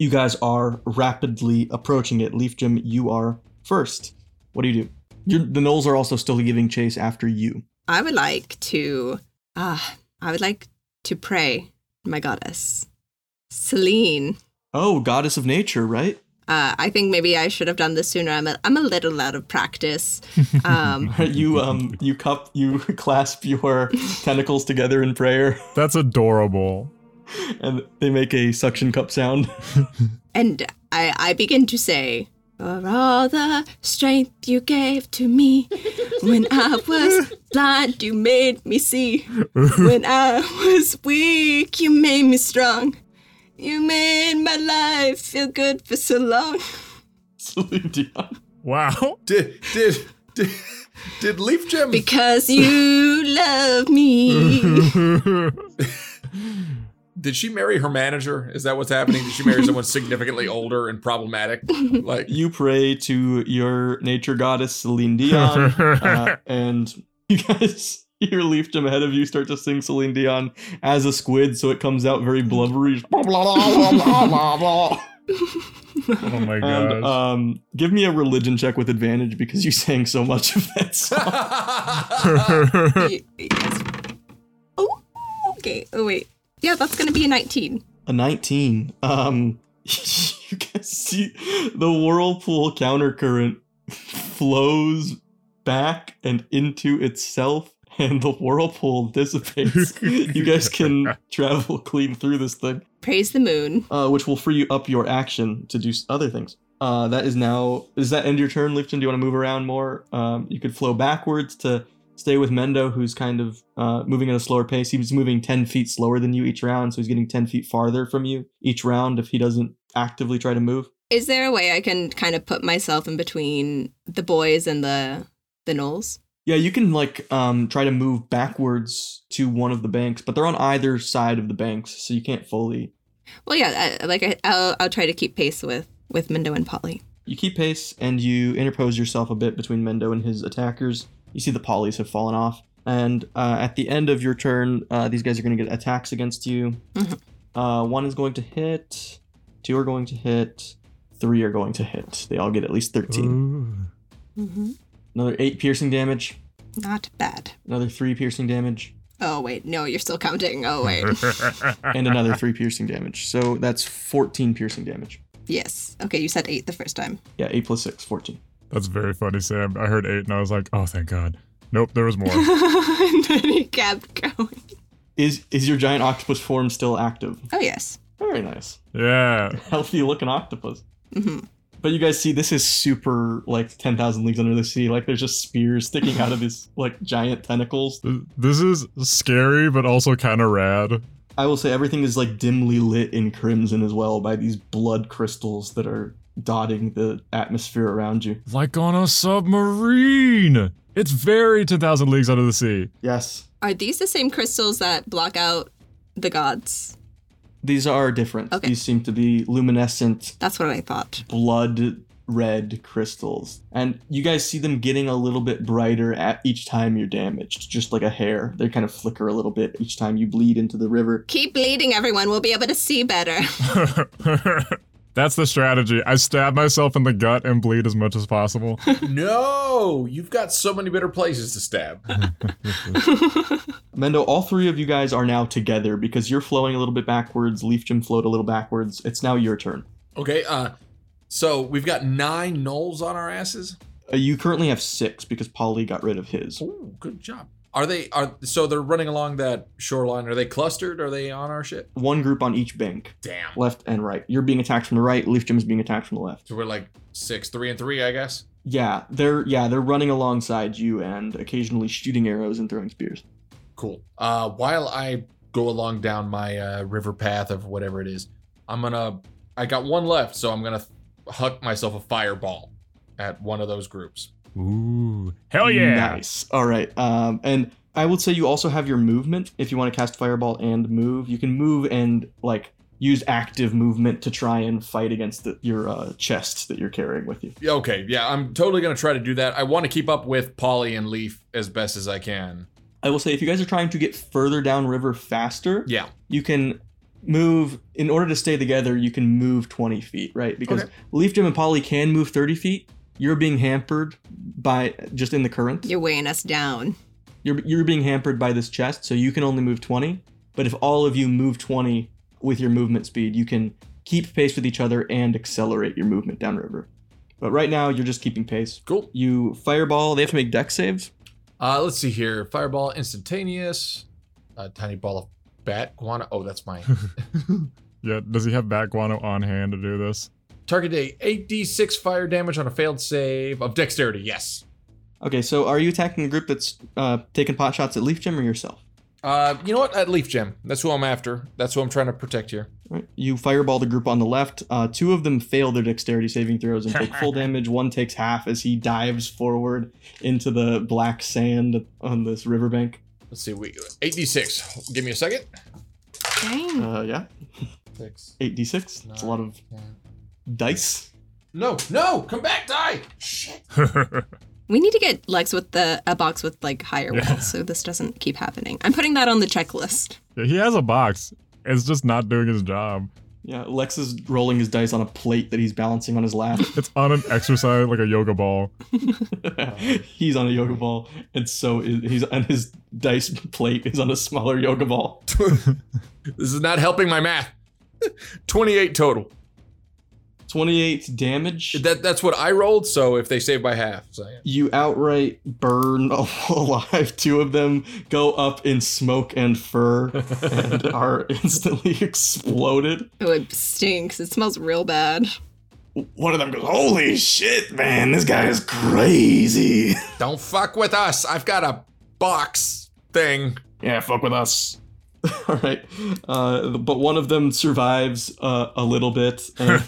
S2: You guys are rapidly approaching it. Leaf Jim, you are first. What do you do? You're, the gnolls are also still giving chase after you.
S4: I would like to, ah, I would like to pray, my goddess, Celine.
S2: Oh, goddess of nature, right?
S4: Uh, I think maybe I should have done this sooner. I'm a, I'm a little out of practice. Um,
S2: you um you cup you clasp your tentacles together in prayer,
S5: That's adorable.
S2: and they make a suction cup sound.
S4: and I, I begin to say, For all the strength you gave to me when I was blind, you made me see. When I was weak, you made me strong. You made my life feel good for so long.
S2: Celine Dion.
S5: Wow.
S3: Did did did, did Leaf Jim
S4: Because you love me.
S5: Oh
S3: did she marry her manager? Is that what's happening? Did she marry someone significantly older and problematic? Like
S2: You pray to your nature goddess Celine Dion, uh, and you guys hear Leaf Jim ahead of you start to sing Celine Dion as a squid, so it comes out very blubbery.
S5: oh my gosh.
S2: And um, give me a religion check with advantage because you sang so much of that song. uh,
S4: Y- yes. Oh, okay. Oh, wait. Yeah, that's going to be a 19.
S2: a 19 um you can see the whirlpool countercurrent flows back and into itself and the whirlpool dissipates you guys can travel clean through this thing
S4: Praise the moon.
S2: uh, which will free you up your action to do s- other things uh, that is now does that end your turn lifton do you want to move around more um, you could flow backwards to stay with mendo who's kind of uh, moving at a slower pace he's moving 10 feet slower than you each round so he's getting 10 feet farther from you each round if he doesn't actively try to move
S4: Is there a way I can kind of put myself in between the boys and the the gnolls?
S2: yeah you can like um, try to move backwards to one of the banks but they're on either side of the banks so you can't fully
S4: Well, yeah. I, like I, I'll I'll try to keep pace with with Mindo and Polly.
S2: You keep pace and you interpose yourself a bit between Mendo and his attackers. You see the polys have fallen off. And uh, at the end of your turn, uh, these guys are going to get attacks against you.
S4: Mhm.
S2: Uh, one is going to hit, two are going to hit, three are going to hit. They all get at least 13.
S4: Mm-hmm.
S2: Another eight piercing damage,
S4: Not bad.
S2: another three piercing damage,
S4: Oh wait, no, you're still counting. Oh wait,
S5: Mm-hmm.
S2: and uh, another three piercing damage. So that's 14 piercing damage.
S4: yes. Okay, you said eight the first time.
S2: Yeah, 8 plus 6, 14.
S5: That's very funny, Sam. I heard eight and I was like, oh, thank God. Nope, there was more.
S4: and then he kept going.
S2: Is, is your giant octopus form still active?
S4: Oh yes.
S2: Very nice.
S5: yeah.
S2: Healthy looking octopus.
S4: hmm
S2: But you guys see, this is super like ten thousand leagues under the sea. Like there's just spears sticking out of his like giant tentacles.
S5: Th- This is scary, but also kind of rad.
S2: I will say everything is like dimly lit in crimson as well by these blood crystals that are dotting the atmosphere around you.
S5: Like on a submarine. It's very 10,000 Leagues Under the Sea.
S2: Yes,
S4: Are these the same crystals that block out the gods?
S2: these are different.
S4: Okay.
S2: These seem to be luminescent
S4: That's what I thought.
S2: blood red crystals, and you guys see them getting a little bit brighter at each time you're damaged. Just like a hair, they kind of flicker a little bit each time you bleed into the river.
S4: Keep bleeding, everyone. We'll be able to see better.
S5: That's the strategy. I stab myself in the gut and bleed as much as possible.
S3: no, you've got so many better places to stab.
S2: Mendo, all three of you guys are now together because you're flowing a little bit backwards. Leaf Jim flowed a little backwards. It's now your turn.
S3: Okay, uh so we've got nine knolls on our asses.
S2: Uh, you currently have six because Polly got rid of his.
S3: Ooh, good job. Are they are so they're running along that shoreline? Are they clustered? Are they on our shit?
S2: One group on each bank,
S3: Damn.
S2: left and right. You're being attacked from the right. Leaf Jim is being attacked from the left.
S3: So we're like six, three, and three, I guess.
S2: Yeah, they're yeah they're running alongside you and occasionally shooting arrows and throwing spears.
S3: Cool. Uh, while I go along down my uh, river path of whatever it is, I'm gonna I got one left, so I'm gonna huck myself a fireball at one of those groups.
S6: Ooh. Hell yeah.
S2: Nice. All right. Um, and I would say you also have your movement. If you want to cast Fireball and move, you can move and like use active movement to try and fight against the, your uh, chest that you're carrying with you.
S3: Yeah, Okay, yeah, I'm totally gonna try to do that. I want to keep up with Polly and Leaf as best as I can.
S2: I will say if you guys are trying to get further downriver faster,
S3: Yeah,
S2: you can move in order to stay together. You can move 20 feet, right? Because
S3: Okay.
S2: Leaf Jim and Polly can move 30 feet. You're being hampered by just in the current.
S4: You're weighing us down.
S2: you're you're being hampered by this chest, so you can only move 20. But if all of you move 20 with your movement speed, you can keep pace with each other and accelerate your movement downriver. But right now, you're just keeping pace.
S3: cool.
S2: You fireball. They have to make deck saves.
S3: Uh, let's see here. Fireball, instantaneous. A tiny ball of bat guano. Oh, that's mine.
S5: Yeah, does he have Bat Guano on hand to do this?
S3: Target a 8d6 fire damage on a failed save of dexterity. Yes.
S2: Okay, so are you attacking the group that's uh, taking pot shots at Leaf Jim or yourself?
S3: Uh, you know what? At Leaf Gem. That's who I'm after. That's who I'm trying to protect here.
S2: All right, You fireball the group on the left. Uh, two of them fail their dexterity saving throws and take full damage. One takes half as he dives forward into the black sand on this riverbank.
S3: Let's see. We 8d6. Give me a second.
S4: Dang.
S2: Uh, yeah,
S3: Six.
S2: 8d6. That's a lot of
S3: ten.
S2: dice.
S3: No, no, come back, die. Shit.
S4: We need to get legs with the a box with like higher
S5: Yeah.
S4: walls so this doesn't keep happening. I'm putting that on the checklist.
S5: Yeah, he has a box. It's just not doing his job.
S2: Yeah, Lex is rolling his dice on a plate that he's balancing on his lap.
S5: It's on an exercise like a yoga ball.
S2: he's on a yoga ball, and so is, he's on his dice plate is on a smaller yoga ball.
S3: This is not helping my math. 28 total.
S2: 28 damage.
S3: That that's what I rolled, so if they save by half. So yeah.
S2: you outright burn alive two of them, go up in smoke and fur, and are instantly exploded.
S4: Oh, it stinks. It smells real bad.
S2: One of them goes, Holy shit, man, this guy is crazy.
S3: Don't fuck with us. I've got a box thing.
S6: Yeah, fuck with us.
S2: All right. Uh, but one of them survives uh, a little bit.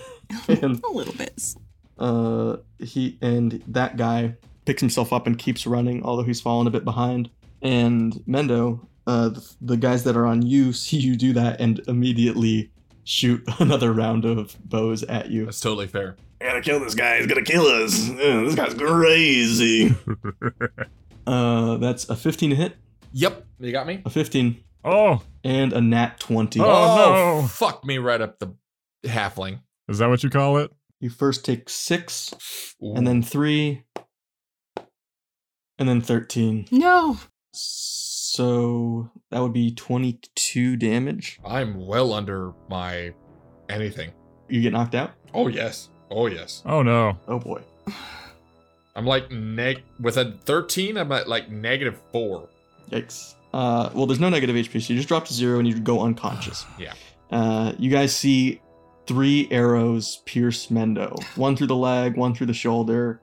S2: And, and
S4: A little bit.
S2: uh, he and that guy picks himself up and keeps running, although he's fallen a bit behind. And Mendo, uh, the, the guys that are on you see you do that and immediately shoot another round of bows at you.
S3: That's totally fair.
S6: I gotta kill this guy. He's gonna kill us. Yeah, this guy's crazy.
S2: Uh, that's a 15 to hit,
S3: Yep. You got me?
S2: a 15,
S5: Oh,
S2: and a nat 20.
S5: Oh. no.
S3: Fuck me right up the halfling.
S5: is that what you call it?
S2: You first take six, and then three, and then 13.
S4: No.
S2: So that would be 22 damage.
S3: I'm well under my anything.
S2: You get knocked out.
S3: Oh yes. Oh yes.
S5: Oh no.
S2: Oh boy.
S3: I'm like neg with a 13, I'm at like negative four.
S2: Yikes. Uh, well, there's no negative HP, so you just drop to zero and you go unconscious.
S3: Yeah.
S2: Uh, you guys see three arrows pierce Mendo one through the leg, one through the shoulder,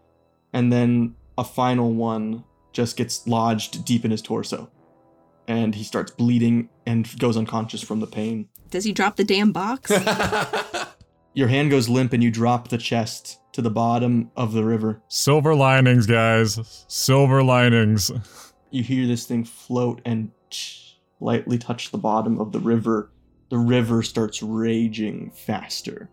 S2: and then a final one just gets lodged deep in his torso. And he starts bleeding and goes unconscious from the pain.
S4: Does he drop the damn box?
S2: Your hand goes limp and you drop the chest to the bottom of the river.
S5: Silver linings, guys. Silver linings.
S2: you hear this thing float and lightly touch the bottom of the river. The river starts raging faster,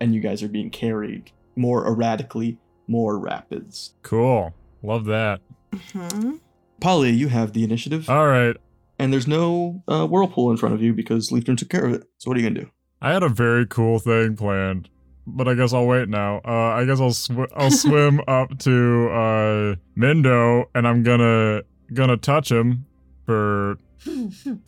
S2: and you guys are being carried more erratically, more rapids.
S5: Cool. Love that.
S4: Mhm.
S2: Polly, you have the initiative,
S5: All right.
S2: and there's no uh, whirlpool in front of you because Leafdrum took care of it. So what are you gonna do?
S5: I had a very cool thing planned, but I guess I'll wait now. Uh, I guess I'll sw- I'll swim up to uh, Mendo and I'm gonna gonna touch him for 15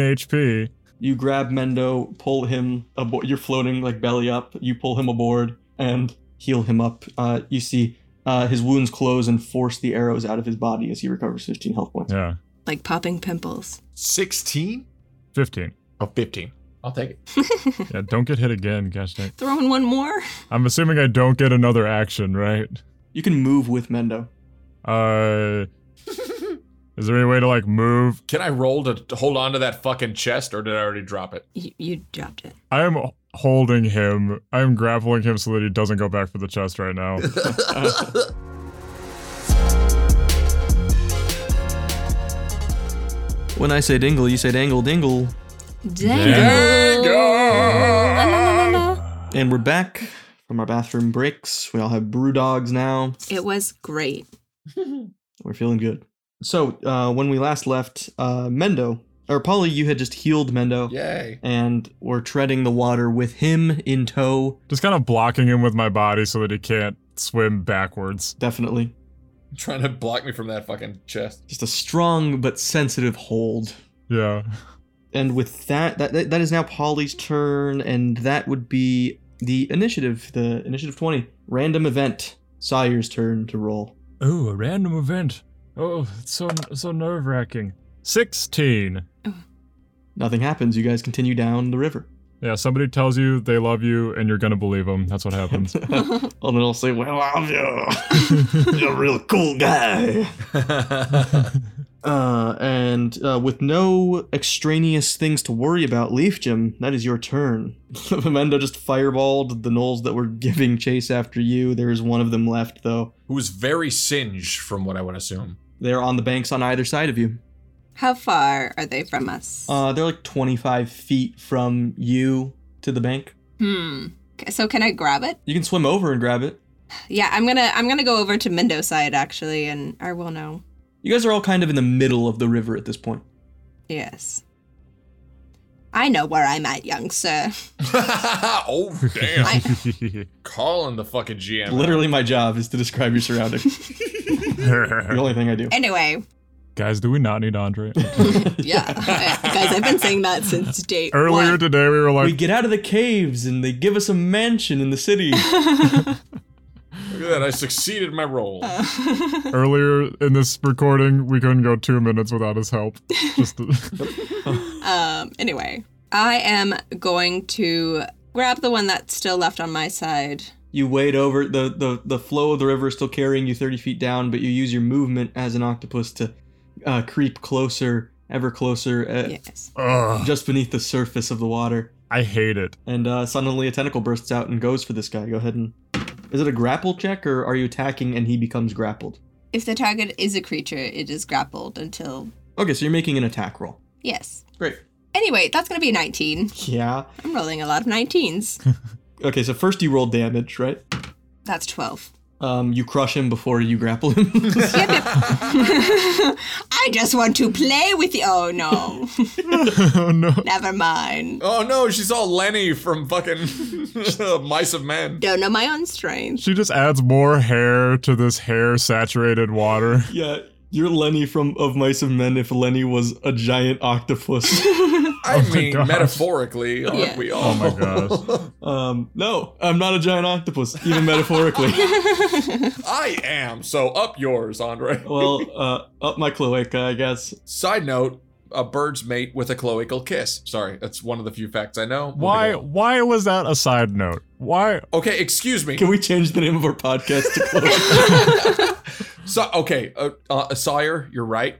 S5: HP.
S2: You grab Mendo, pull him aboard. You're floating like belly up. You pull him aboard and heal him up. Uh, you see uh, his wounds close and force the arrows out of his body as he recovers 15 health points.
S5: Yeah,
S4: Like popping pimples.
S3: 16?
S5: 15.
S3: Oh, 15. I'll take it.
S5: Yeah, don't get hit again, gosh dang.
S4: Throwing one more?
S5: I'm assuming I don't get another action, right?
S2: You can move with Mendo.
S5: Uh, Is there any way to like move?
S3: Can I roll to, to hold on to that fucking chest, or did I already drop it?
S4: You, you dropped it.
S5: I am holding him. I am grappling him so that he doesn't go back for the chest right now.
S2: When I say dingle, you say dangle dingle.
S4: Dangle. La, la, la, la, la.
S2: And we're back from our bathroom breaks. We all have brew dogs now.
S4: It was great.
S2: We're feeling good. So, uh, when we last left, uh, Mendo, or Polly, you had just healed Mendo.
S3: Yay.
S2: And were treading the water with him in tow.
S5: Just kind of blocking him with my body so that he can't swim backwards.
S2: Definitely.
S3: Trying to block me from that fucking chest.
S2: Just a strong but sensitive hold.
S5: Yeah.
S2: And with that, that, that- that is now Polly's turn, and that would be the initiative, the initiative 20. Random event. Sawyer's turn to roll.
S5: Oh, a random event. Oh, it's so so nerve wracking. Sixteen.
S2: Nothing happens. You guys continue down the river.
S5: Yeah, somebody tells you they love you and you're gonna believe them. That's what happens.
S2: and then I'll say, well,
S6: love you. You're a real cool guy.
S2: Uh, and uh, with no extraneous things to worry about, Leaf Jim, that is your turn. Amendo just fireballed the gnolls that were giving chase after you. There is one of them left, though.
S3: Who's very singed, from what I would assume.
S2: They're on the banks on either side of you.
S4: How far are they from us?
S2: Uh, they're like 25 feet from you to the bank.
S4: hmm. Okay, So can I grab it?
S2: You can swim over and grab it.
S4: Yeah, I'm gonna I'm gonna go over to Mindo's side actually, and I will know.
S2: You guys are all kind of in the middle of the river at this point.
S4: Yes. I know where I'm at, young sir.
S3: oh, damn.
S4: I-
S3: Calling the fucking GM. out.
S2: Literally, my job is to describe your surroundings. the only thing I do.
S4: Anyway,
S5: Guys, do we not need Andre?
S4: yeah, guys, I've been saying that since day
S5: Earlier
S4: one.
S5: today we were like
S2: We get out of the caves and they give us a mansion in the city.
S3: Look at that. I succeeded my role.
S5: earlier in this recording, we couldn't go two minutes without his help. Just
S4: Um, anyway, I am going to grab the one that's still left on my side.
S2: You wade over the, the the flow of the river is still carrying you 30 feet down, but you use your movement as an octopus to uh, creep closer, ever closer, uh,
S4: Yes.
S5: Ugh,
S2: just beneath the surface of the water.
S5: I hate it.
S2: And uh, suddenly a tentacle bursts out and goes for this guy. Go ahead and is it a grapple check or are you attacking and he becomes grappled?
S4: If the target is a creature, it is grappled until
S2: Okay, so you're making an attack roll.
S4: yes.
S2: Great.
S4: Anyway, that's gonna be a 19.
S2: Yeah.
S4: I'm rolling a lot of 19s.
S2: Okay, so first you roll damage, right?
S4: That's 12.
S2: Um, you crush him before you grapple him.
S4: I just want to play with you. Oh no,
S5: oh no.
S4: never mind.
S3: Oh, no. She's all Lenny from fucking Mice of Men.
S4: Don't know my own strength.
S5: She just adds more hair to this hair saturated water.
S2: yeah, you're Lenny from Of Mice and Men if Lenny was a giant octopus.
S3: I
S5: Oh my
S3: mean,
S5: gosh.
S3: metaphorically, aren't
S4: Yeah.
S3: we
S5: Oh
S3: all?
S5: my gosh.
S2: Um, no, I'm not a giant octopus, even metaphorically.
S3: I am. So up yours, Andre.
S2: well, uh, up my cloaca, I guess.
S3: Side note. A bird's mate with a cloacal kiss. Sorry, that's one of the few facts I know. Moving
S5: Why
S3: on.
S5: why was that a side note? Why
S3: Okay, excuse me.
S2: Can we change the name of our podcast to cloaca?
S3: So okay, uh, uh, Sawyer, you're right.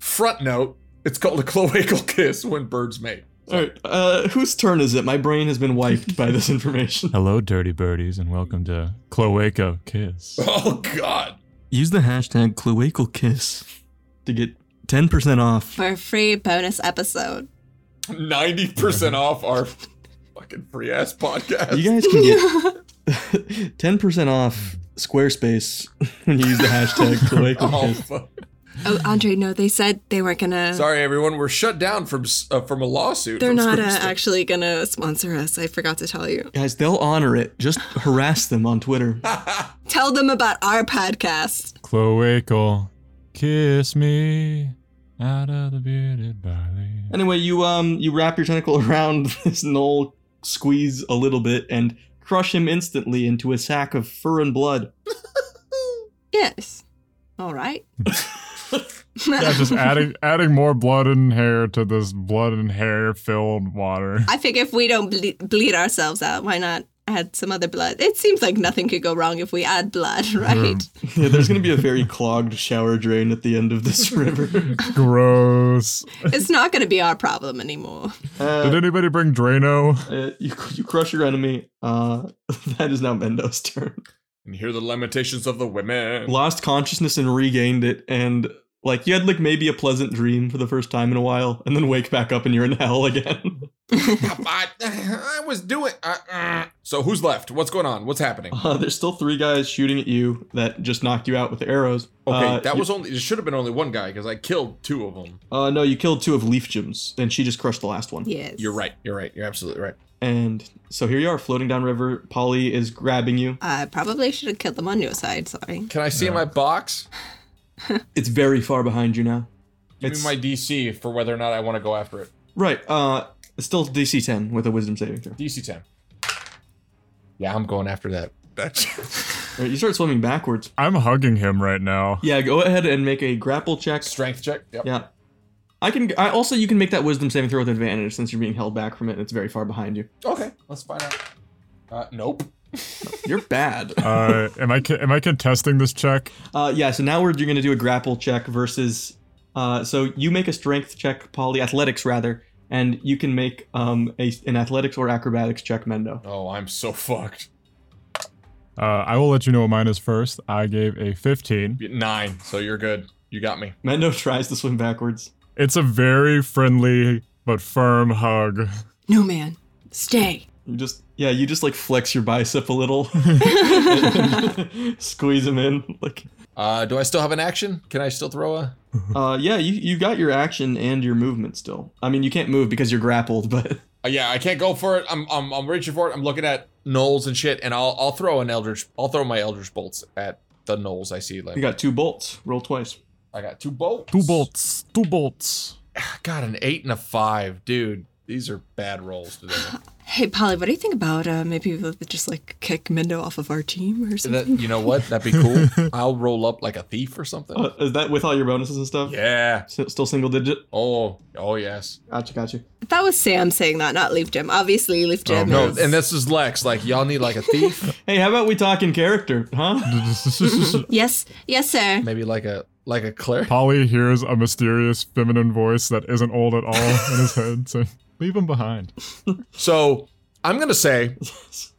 S3: Front note, it's called a cloacal kiss when birds mate.
S2: All right, uh, whose turn is it? My brain has been wiped by this information.
S5: Hello dirty birdies and welcome to Cloaca Kiss.
S3: Oh God,
S2: Use the hashtag cloacal kiss to get 10% off.
S4: For a free bonus episode.
S3: ninety percent off our fucking free ass podcast.
S2: You guys can get 10% off Squarespace when you use the hashtag cloacal
S3: Oh,
S2: kiss.
S3: fuck.
S4: Oh, Andre, no, they said they weren't gonna.
S3: Sorry, everyone. We're shut down from s- uh, from a lawsuit.
S4: They're
S3: from
S4: not uh,
S3: Squeeze Stick.
S4: actually gonna sponsor us. I forgot to tell you.
S2: Guys, they'll honor it. Just harass them on Twitter.
S4: Tell them about our podcast.
S5: Cloacal Kiss me out of the bearded barley.
S2: Anyway, you um you wrap your tentacle around this knoll, squeeze a little bit, and crush him instantly into a sack of fur and blood.
S4: Yes. All right.
S5: Yeah, just adding adding more blood and hair to this blood and hair filled water.
S4: I figure if we don't ble- bleed ourselves out, why not add some other blood. It seems like nothing could go wrong if we add blood,
S5: Mm-hmm.
S4: right?
S2: Yeah, there's going to be a very clogged shower drain at the end of this river.
S5: Gross.
S4: it's not going to be our problem anymore.
S2: Uh,
S5: Did anybody bring Drano?
S2: uh, you, you crush your enemy. Uh, that is now Mendo's turn.
S3: And hear the lamentations of the women.
S2: Lost consciousness and regained it, and like you had like maybe a pleasant dream for the first time in a while, and then wake back up and you're in hell again.
S3: I, I was doing. Uh, uh. So who's left? What's going on? What's happening?
S2: Uh, there's still three guys shooting at you that just knocked you out with arrows.
S3: Okay,
S2: Uh,
S3: that
S2: you-
S3: was only. It should have been only one guy because I killed two of them.
S2: Uh, no, you killed two of Leaf Gems, and she just crushed the last one.
S4: Yes.
S3: You're right. You're right. You're absolutely right.
S2: And so here you are, floating downriver. Polly is grabbing you.
S4: I probably should have killed them on your side, sorry.
S3: Can I see my box?
S2: It's very far behind you now.
S3: Give
S2: It's-
S3: me my DC for whether or not I want to go after it.
S2: Right. Uh, it's still DC 10 with a Wisdom saving throw.
S3: DC ten. Yeah, I'm going after that. That's
S2: All right, you start swimming backwards.
S5: I'm hugging him right now.
S2: Yeah, go ahead and make a grapple check.
S3: strength check. Yep.
S2: Yeah. I can. I also you can make that Wisdom saving throw with advantage since you're being held back from it and it's very far behind you.
S3: Okay, let's find out. Uh, nope.
S2: You're bad.
S5: Uh, am I am I contesting this check?
S2: Uh, yeah. So now we're you're gonna do a grapple check versus. Uh, so you make a strength check, Polly, athletics rather, and you can make um a, an athletics or acrobatics check, Mendo.
S3: Oh, I'm so fucked.
S5: Uh, I will let you know what mine is first. I gave a 15.
S3: Nine. So you're good. You got me.
S2: Mendo tries to swim backwards.
S5: It's a very friendly but firm hug.
S4: No, man. Stay.
S2: You just yeah, you just like flex your bicep a little, squeeze him in like.
S3: Uh, do I still have an action? Can I still throw a?
S2: Uh, yeah, you, you got your action and your movement still. I mean, you can't move because you're grappled, but
S3: Uh, yeah, I can't go for it. I'm, I'm I'm reaching for it. I'm looking at knolls and shit, and I'll I'll throw an eldritch. I'll throw my eldritch bolts at the knolls I see. Like
S2: you got two bolts. Roll twice.
S3: I got two bolts.
S5: Two bolts. Two bolts.
S3: Got an eight and a five, dude. These are bad rolls today.
S4: Hey, Polly, what do you think about uh, maybe we'll just like kick Mendo off of our team or
S3: that,
S4: something?
S3: you know what? That'd be cool. I'll roll up like a thief or something.
S2: Uh, is that with all your bonuses and stuff?
S3: yeah.
S2: S- still single digit.
S3: Oh. Oh yes.
S2: Gotcha, gotcha.
S4: that was Sam saying that, not Leaf Jim. Obviously, Leaf
S5: Oh,
S4: Jim.
S3: No,
S4: is-
S3: and this is Lex. Like y'all need like a thief,
S2: Hey, how about we talk in character, huh?
S4: yes, yes, sir.
S3: maybe like a like a cleric.
S5: Polly hears a mysterious feminine voice that isn't old at all in his head saying, Leave him behind.
S3: So I'm gonna say,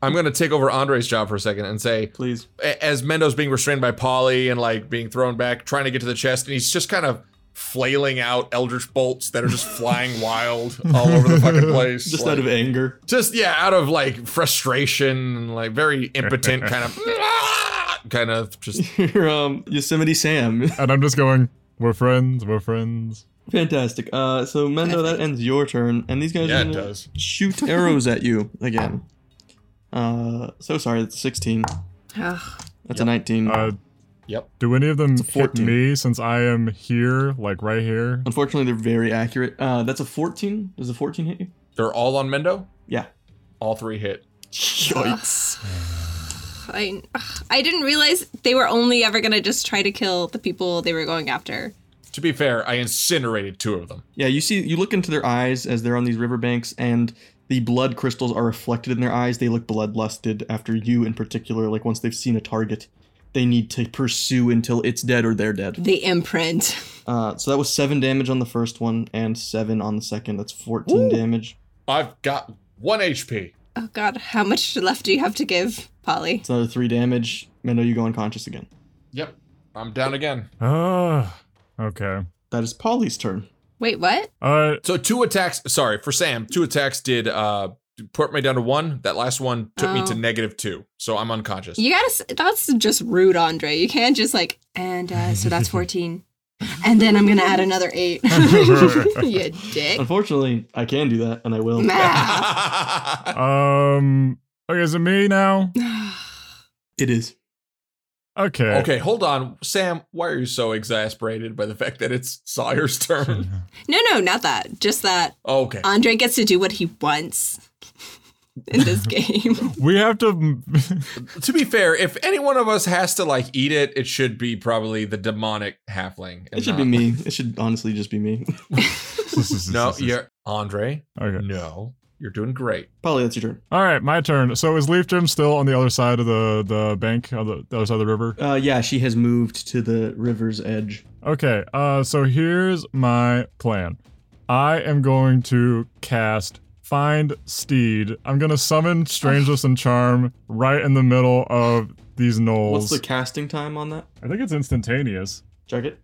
S3: I'm gonna take over Andre's job for a second and say,
S2: Please.
S3: a- as Mendo's being restrained by Polly and like being thrown back, trying to get to the chest, and he's just kind of flailing out eldritch bolts that are just flying wild all over the fucking place.
S2: Just
S3: like,
S2: out of anger.
S3: just yeah, out of like frustration, like very impotent kind of kind of just
S2: You're um Yosemite Sam.
S5: And I'm just going, We're friends, we're friends.
S2: Fantastic. Uh, so Mendo, that ends your turn, and these guys
S3: yeah,
S2: are
S3: it
S2: gonna
S3: does.
S2: shoot arrows at you again. Uh, so sorry. That's sixteen.
S4: Ugh.
S2: That's a nineteen.
S5: Uh,
S3: Yep.
S5: do any of them
S2: a
S5: hit
S2: 14.
S5: me since I am here, like right here?
S2: Unfortunately, they're very accurate. Uh, that's a 14. Does a 14 hit you?
S3: They're all on Mendo.
S2: Yeah.
S3: All three hit.
S2: Yikes.
S4: I, ugh, I didn't realize they were only ever going to just try to kill the people they were going after.
S3: To be fair, I incinerated two of them.
S2: Yeah, you see, you look into their eyes as they're on these riverbanks, and the blood crystals are reflected in their eyes. They look bloodlusted after you in particular. Like once they've seen a target, they need to pursue until it's dead or they're dead.
S4: The imprint.
S2: Uh, so that was seven damage on the first one and seven on the second. That's 14 damage.
S3: I've got one HP.
S4: Oh, God. How much left do you have to give, Polly?
S2: It's another three damage. Mendo, you go unconscious again.
S3: Yep. I'm down again.
S5: Ah, okay.
S2: That is Polly's turn.
S4: Wait, what?
S5: Uh,
S3: So two attacks. Sorry for Sam. Two attacks did uh put me down to one. That last one took me
S4: Oh.
S3: to negative two. So I'm unconscious.
S4: You gotta, s- that's just rude, Andre. You can't just like, and uh, so that's 14. And then I'm gonna add another eight. you dick.
S2: Unfortunately, I can do that, and I will.
S4: Math.
S5: um, okay, is it me now?
S2: It is.
S5: Okay.
S3: okay, hold on, Sam. Why are you so exasperated by the fact that it's Sawyer's turn? Oh,
S4: No, no, not that. Just that
S3: Okay.
S4: Andre gets to do what he wants in this game.
S5: We have to.
S3: to be fair, if any one of us has to like eat it, it should be probably the demonic halfling. and
S2: It should
S3: not-
S2: be me. It should honestly just be me.
S3: No, you're Andre.
S5: Okay.
S3: No, You're doing great.
S2: Polly, that's your turn.
S5: All right, my turn. So is Leaf Jim still on the other side of the the bank, on the, the other side of the river?
S2: Uh, yeah, she has moved to the river's edge.
S5: Okay, uh, so here's my plan. I am going to cast Find Steed. I'm going to summon Strangeness and Charm right in the middle of these
S2: What's
S5: knolls.
S2: the casting time on that?
S5: I think it's instantaneous.
S2: Check it.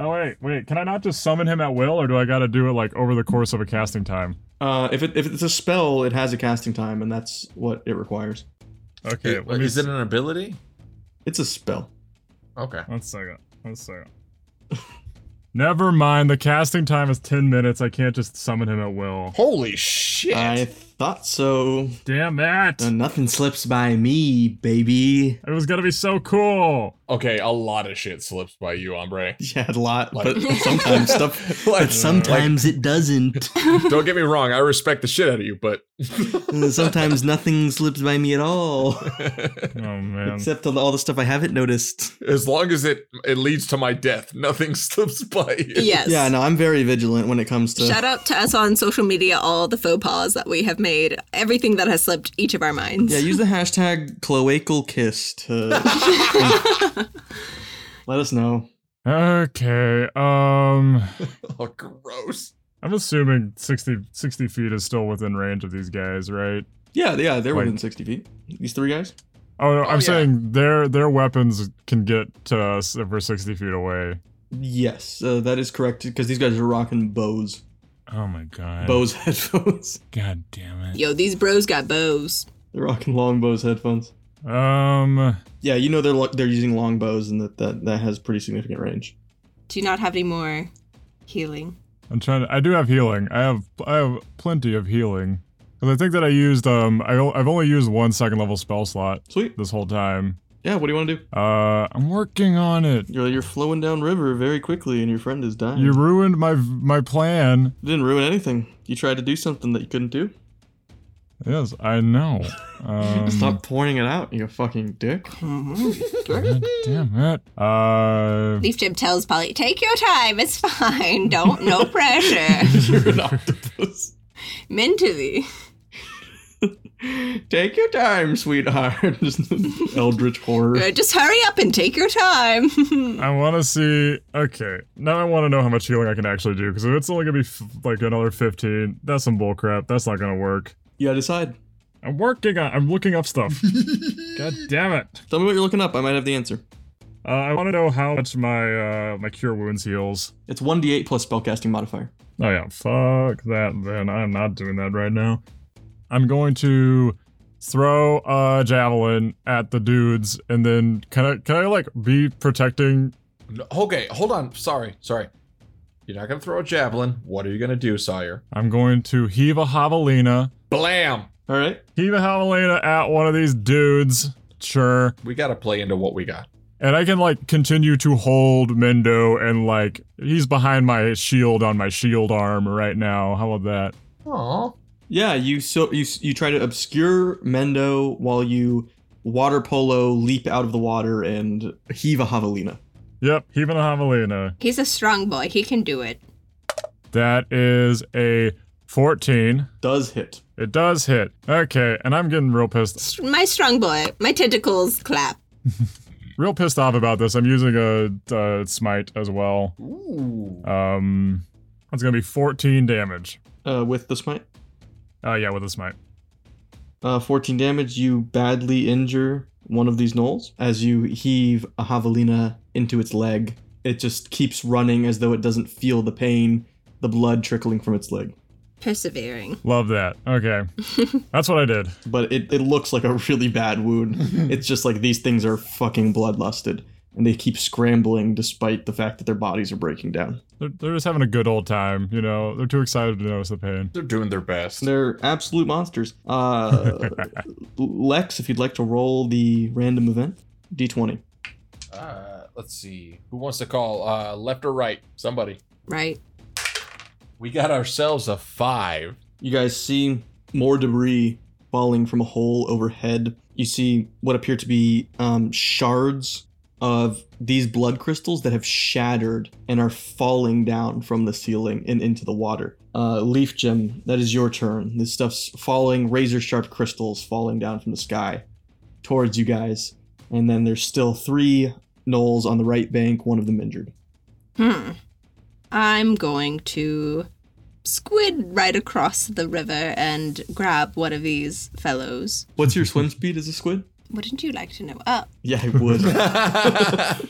S5: Oh, wait, wait. Can I not just summon him at will, or do I got to do it like over the course of a casting time?
S2: Uh, if it if it's a spell, it has a casting time, and that's what it requires.
S5: Okay,
S3: Is-
S5: let me
S3: uh, is it an ability?
S2: It's a spell.
S3: Okay.
S5: One second. One second. Never mind. The casting time is 10 minutes. I can't just summon him at will.
S3: Holy shit.
S2: I thought so.
S5: Damn it!
S2: Uh, nothing slips by me, baby.
S5: It was gonna be so cool.
S3: okay, a lot of shit slips by you, hombre.
S2: Yeah, a lot,
S3: Like-
S2: but sometimes stuff.
S3: Like-
S2: but sometimes it doesn't.
S3: Don't get me wrong, I respect the shit out of you, but
S2: Uh, sometimes nothing slips by me at all,
S5: Oh man.
S2: except all the, all the stuff I haven't noticed.
S3: as long as it it leads to my death, nothing slips by you.
S4: Yes.
S2: Yeah, no, I'm very vigilant when it comes to.
S4: Shout out to us on social media, all the faux pas that we have made, everything that has slipped each of our minds.
S2: Yeah, use the hashtag cloacal kiss to let us know.
S5: Okay. Um,
S3: Oh, gross.
S5: I'm assuming 60 60 feet is still within range of these guys, right?
S2: Yeah, yeah, they're
S5: Wait.
S2: within 60 feet. These three guys?
S5: Oh no, I'm
S3: yeah.
S5: saying their their weapons can get to us if we're 60 feet away.
S2: Yes, uh, that is correct, because these guys are rocking Bose.
S5: Oh my god.
S2: Bose headphones.
S5: God damn it.
S4: Yo, these bros got bows.
S2: they're rocking long Bose headphones.
S5: Um.
S2: Yeah, you know they're lo- they're using long bows, and that, that, that has pretty significant range.
S4: Do you not have any more healing?
S5: I'm trying to. I do have healing. I have I have plenty of healing. Cause I think that I used um I, o- I've only used one second level spell slot
S2: Sweet.
S5: this whole time.
S2: Yeah, what do you want to do?
S5: Uh, I'm working on it.
S2: You're, you're flowing down river very quickly, and your friend is dying.
S5: You ruined my my plan.
S2: You didn't ruin anything. You tried to do something that you couldn't do.
S5: Yes, I know. Um,
S2: Stop pointing it out, you fucking dick.
S5: God damn it. Uh,
S4: Leaf Jim tells Polly, take your time, it's fine. Don't, no pressure.
S2: You're an octopus.
S4: Mentally.
S2: Take your time, sweetheart. Just Eldritch horror.
S4: Uh, Just hurry up and take your time.
S5: I want to see. Okay, now I want to know how much healing I can actually do. Because if it's only gonna be f- like another 15, that's some bullcrap. That's not gonna work.
S2: Yeah, decide.
S5: I'm working on. I'm looking up stuff. God damn it.
S2: Tell me what you're looking up. I might have the answer.
S5: Uh, I want to know how much my uh, my cure wounds heals.
S2: It's 1d8 plus spellcasting modifier.
S5: Oh yeah, fuck that. Then I'm not doing that right now. I'm going to throw a javelin at the dudes, and then can I can I like be protecting?
S3: No, okay, hold on. Sorry, sorry. You're not gonna throw a javelin. What are you gonna do, Sawyer?
S5: I'm going to heave a javelina,
S3: Blam!
S2: All right.
S5: heave a javelina at one of these dudes. Sure,
S3: We gotta play into what we got.
S5: and I can like continue to hold Mendo, and like he's behind my shield on my shield arm right now. How about that?
S3: Aww.
S2: Yeah, you so you you try to obscure Mendo while you water polo leap out of the water and heave a javelina.
S5: Yep, heaving a javelina.
S4: He's a strong boy, he can do it.
S5: That is a 14.
S2: Does hit.
S5: It does hit. Okay, and I'm getting real pissed.
S4: S- My strong boy, my tentacles clap.
S5: Real pissed off about this. I'm using a, uh smite as well.
S3: Ooh.
S5: Um that's going to be 14 damage.
S2: Uh, with the smite.
S5: Oh yeah, with a smite.
S2: Uh, 14 damage. You badly injure one of these knolls as you heave a javelina into its leg. It just keeps running as though it doesn't feel the pain, the blood trickling from its leg.
S4: Persevering.
S5: Love that. Okay. that's what I did.
S2: But it, it looks like a really bad wound. it's just like these things are fucking bloodlusted and they keep scrambling despite the fact that their bodies are breaking down.
S5: They're, they're just having a good old time, you know. They're too excited to notice the pain.
S3: They're doing their best.
S2: They're absolute monsters. Uh, Lex, if you'd like to roll the random event, d20.
S3: Uh, let's see. Who wants to call? Uh, left or right? Somebody.
S4: Right.
S3: We got ourselves a five.
S2: You guys see more debris falling from a hole overhead. You see what appear to be um, shards of these blood crystals that have shattered and are falling down from the ceiling and into the water. Uh, Leaf Gem, that is your turn. This stuff's falling, razor sharp crystals falling down from the sky towards you guys. And then there's still three gnolls on the right bank, one of them injured.
S4: Hmm. I'm going to squid right across the river and grab one of these fellows.
S2: What's your swim speed as a squid?
S4: Wouldn't you like to know? Oh,
S2: Yeah, I would.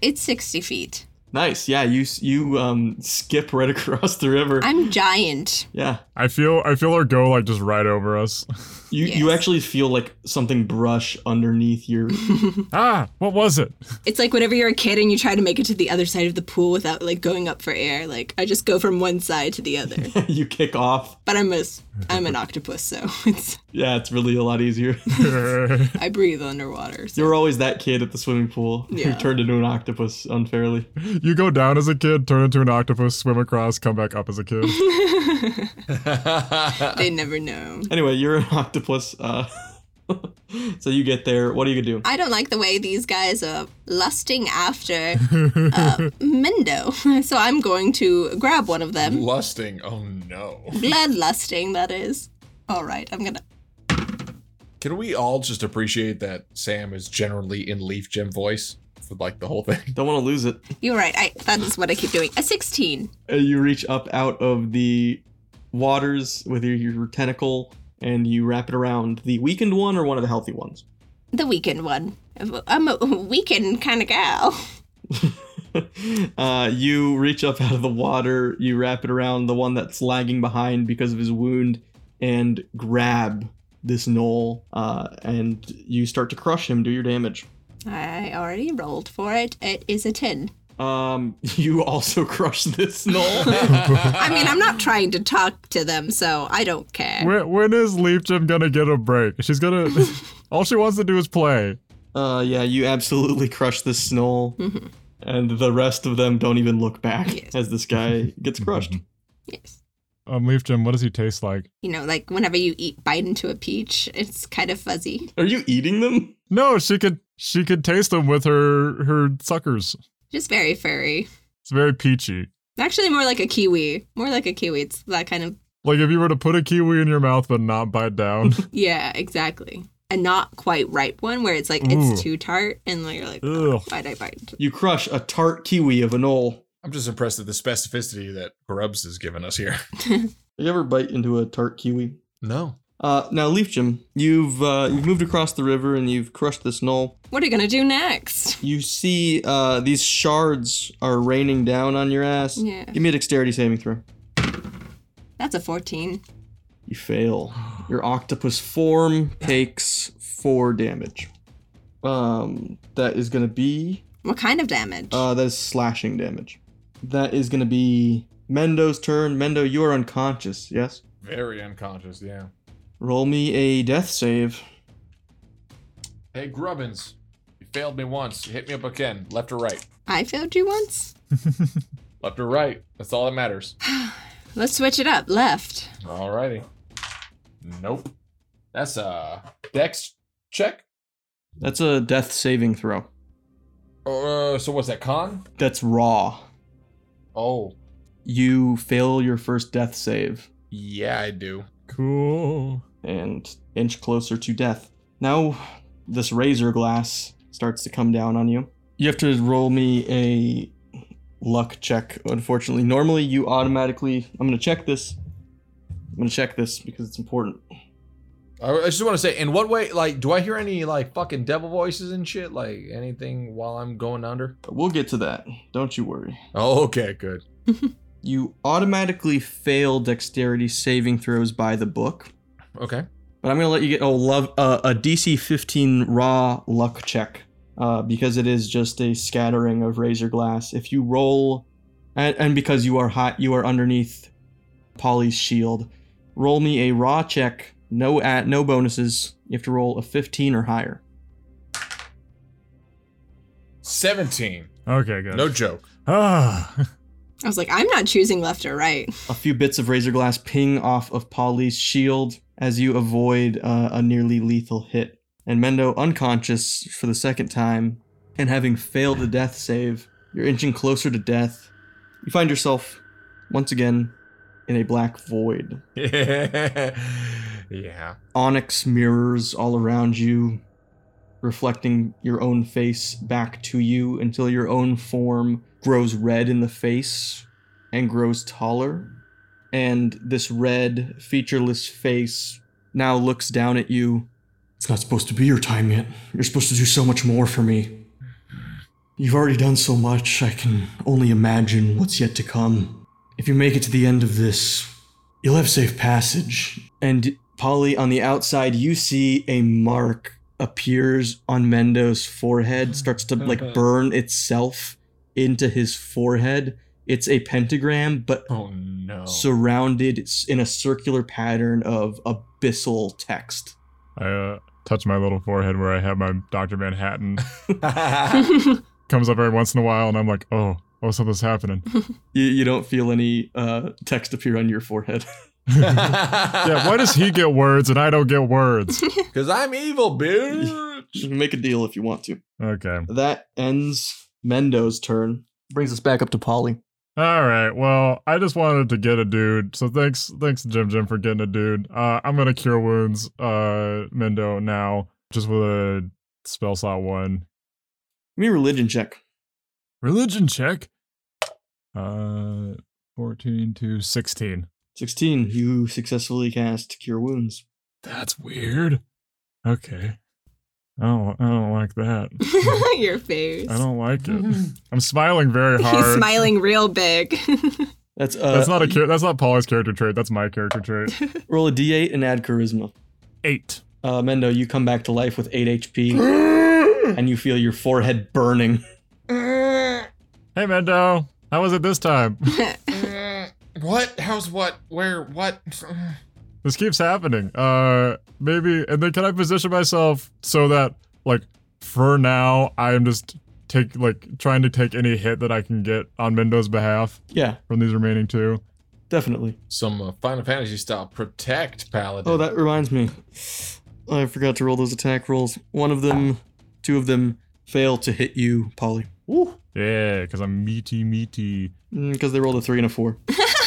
S4: it's 60 feet.
S2: nice. Yeah, you you um skip right across the river.
S4: I'm giant.
S2: yeah.
S5: I feel I feel her go like just right over us.
S2: You you
S4: Yes.
S2: actually feel like something brush underneath your
S5: ah, what was it?
S4: It's like whenever you're a kid and you try to make it to the other side of the pool without like going up for air. Like I just go from one side to the other.
S2: you kick off.
S4: but I'm a s- I'm an octopus, so it's
S2: Yeah, it's really a lot easier.
S4: I breathe underwater. So.
S2: you were always that kid at the swimming pool who
S4: Yeah.
S2: turned into an octopus unfairly.
S5: you go down as a kid, turn into an octopus, swim across, come back up as a kid.
S4: They never know.
S2: Anyway, you're an octopus. Uh, so you get there. What are you gonna do?
S4: I don't like the way these guys are lusting after uh, Mendo, so I'm going to grab one of them.
S3: Lusting. Oh no.
S4: Bloodlusting, that is. All right, I'm gonna.
S3: Can we all just appreciate that Sam is generally in Leaf Gem voice for like the whole thing?
S2: Don't want to lose it.
S4: You're right. I that is what I keep doing. A 16.
S2: Uh, you reach up out of the waters with your, your tentacle and you wrap it around the weakened one or one of the healthy ones.
S4: The weekend one. I'm a weekend kind of gal.
S2: uh, you reach up out of the water, you wrap it around the one that's lagging behind because of his wound, and grab this knoll, uh, and you start to crush him. Do your damage.
S4: I already rolled for it. It is a 10.
S2: Um, you also crush this knoll.
S4: I mean, I'm not trying to talk to them, so I don't care.
S5: when, when is Leaf Jim gonna get a break? She's gonna. all she wants to do is play.
S2: uh, yeah, you absolutely crush this knoll,
S4: Mhm.
S2: and the rest of them don't even look back
S4: Yes.
S2: as this guy gets crushed.
S4: Yes.
S5: Um, Leaf Jim, what does he taste like?
S4: you know, like whenever you eat bite into a peach, it's kind of fuzzy.
S2: Are you eating them?
S5: No, she could she could taste them with her her suckers.
S4: Just very furry.
S5: It's very peachy.
S4: Actually, more like a kiwi. More like a kiwi. It's that kind of.
S5: Like if you were to put a kiwi in your mouth but not bite down.
S4: Yeah, exactly. A not quite ripe one where it's like
S5: Ooh.
S4: it's too tart and like, you're like, oh,
S5: Ugh.
S4: why'd I bite? into
S2: You crush a tart kiwi of a knoll.
S3: I'm just impressed at the specificity that Grubs has given us here.
S2: You ever bite into a tart kiwi?
S3: No.
S2: Uh, now, Leaf Jim, you've uh, you've moved across the river and you've crushed this knoll.
S4: What are you gonna do next?
S2: You see uh, these shards are raining down on your ass.
S4: Yeah.
S2: Give me a dexterity saving throw.
S4: That's a 14.
S2: You fail. Your octopus form takes four damage. Um, that is gonna be
S4: What kind of damage?
S2: uh, that is slashing damage. That is gonna be Mendo's turn. Mendo, you are unconscious. Yes.
S3: Very unconscious, yeah.
S2: Roll me a death save.
S3: Hey Grubbins, you failed me once. You hit me up again, left or right.
S4: I failed you once?
S3: Left or right. That's all that matters.
S4: Let's switch it up. Left.
S3: Alrighty. Nope. That's a dex check.
S2: That's a death saving throw.
S3: Uh, so what's that con?
S2: That's raw.
S3: Oh,
S2: you fail your first death save
S3: yeah, I do.
S5: cool.
S2: and inch closer to death. Now, this razor glass starts to come down on you. You have to roll me a luck check, unfortunately. Normally, you automatically. I'm going to check this. I'm going to check this because it's important.
S3: I I just want to say, in what way, like, do I hear any like fucking devil voices and shit, like anything while I'm going under?
S2: We'll get to that. Don't you worry.
S3: Oh, okay, good.
S2: You automatically fail dexterity saving throws by the book.
S3: Okay.
S2: But I'm gonna let you get a love uh, a DC 15 raw luck check uh, because it is just a scattering of razor glass. If you roll, and, and because you are hot, you are underneath Polly's shield. Roll me a raw check, no at no bonuses. You have to roll a 15 or higher.
S3: Seventeen.
S5: Okay, good.
S3: No joke.
S5: Ah,
S4: I was like, I'm not choosing left or right.
S2: A few bits of razor glass ping off of Polly's shield as you avoid uh, a nearly lethal hit. And Mendo, unconscious for the second time, and having failed the death save, you're inching closer to death. You find yourself, once again, in a black void.
S3: yeah.
S2: Onyx mirrors all around you, reflecting your own face back to you until your own form grows red in the face and grows taller. And this red, featureless face now looks down at you. It's not supposed to be your time yet. You're supposed to do so much more for me. You've already done so much, I can only imagine what's yet to come. If you make it to the end of this, you'll have safe passage. And Polly, on the outside, you see a mark appears on Mendo's forehead, starts to like burn itself into his forehead. It's a pentagram, but
S3: Oh no.
S2: surrounded in a circular pattern of abyssal text.
S5: I uh, touch my little forehead where I have my Dr. Manhattan.
S3: yeah.
S5: Comes up every once in a while, and I'm like, oh, oh, something's happening.
S2: You, you don't feel any uh, text appear on your forehead.
S5: Yeah, why does he get words and I don't get words?
S3: Because I'm evil, bitch.
S2: Make a deal if you want to.
S5: Okay.
S2: That ends Mendo's turn. Brings us back up to Polly.
S5: All right. Well, I just wanted to get a dude. So thanks, thanks Jim Jim for getting a dude. Uh, I'm gonna cure wounds, uh, Mendo now, just with a spell slot one.
S2: Give me a religion check.
S5: Religion check. Uh, fourteen to sixteen.
S2: 16. You successfully cast Cure Wounds.
S5: That's weird. Okay. I don't, I don't like that.
S4: Your face.
S5: I don't like it. I'm smiling very hard.
S4: He's smiling real big.
S2: That's uh,
S5: That's not a char- that's not Paula's character trait. That's my character trait.
S2: roll a d8 and add charisma.
S5: Eight.
S2: Uh, Mendo, you come back to life with 8 HP, and you feel your forehead burning.
S5: Hey Mendo, how was it this time?
S3: what? How's what? Where? What?
S5: This keeps happening. Uh, maybe, and then can I position myself so that, like, for now, I am just take like trying to take any hit that I can get on Mendo's behalf
S2: Yeah,
S5: from these remaining two.
S2: definitely.
S3: Some uh, Final Fantasy style protect paladin.
S2: Oh, that reminds me. I forgot to roll those attack rolls. One of them, two of them fail to hit you, Polly.
S5: Yeah, because I'm meaty, meaty.
S2: Because Mm, they rolled a three and a four.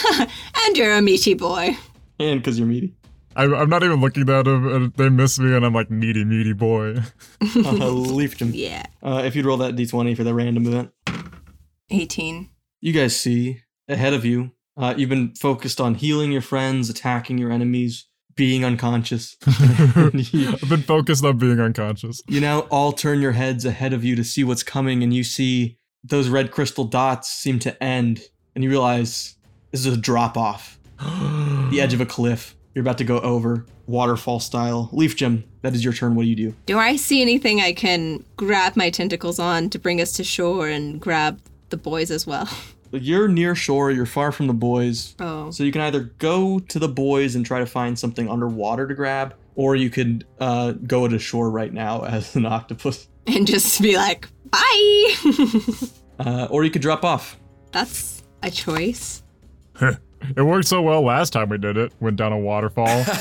S4: and you're a meaty boy.
S2: and because you're meaty.
S5: I'm, I'm not even looking at them. And they miss me, and I'm like meaty, meaty boy.
S2: Uh, leafed him.
S4: Yeah.
S2: Uh, if you'd roll that d20 for the random event.
S4: 18.
S2: You guys see ahead of you. Uh, you've been focused on healing your friends, attacking your enemies, being unconscious.
S5: I've been focused on being unconscious.
S2: You now all turn your heads ahead of you to see what's coming, and you see those red crystal dots seem to end, and you realize this is a drop off. the edge of a cliff. You're about to go over, waterfall style. Leaf Gem, that is your turn. What do you do?
S4: Do I see anything I can grab my tentacles on to bring us to shore and grab the boys as well?
S2: You're near shore, you're far from the boys,
S4: Oh.
S2: so you can either go to the boys and try to find something underwater to grab, or you could uh, go to shore right now as an octopus,
S4: And just be like, bye.
S2: uh, or you could drop off.
S4: That's a choice.
S5: It worked so well last time we did it. Went down a waterfall.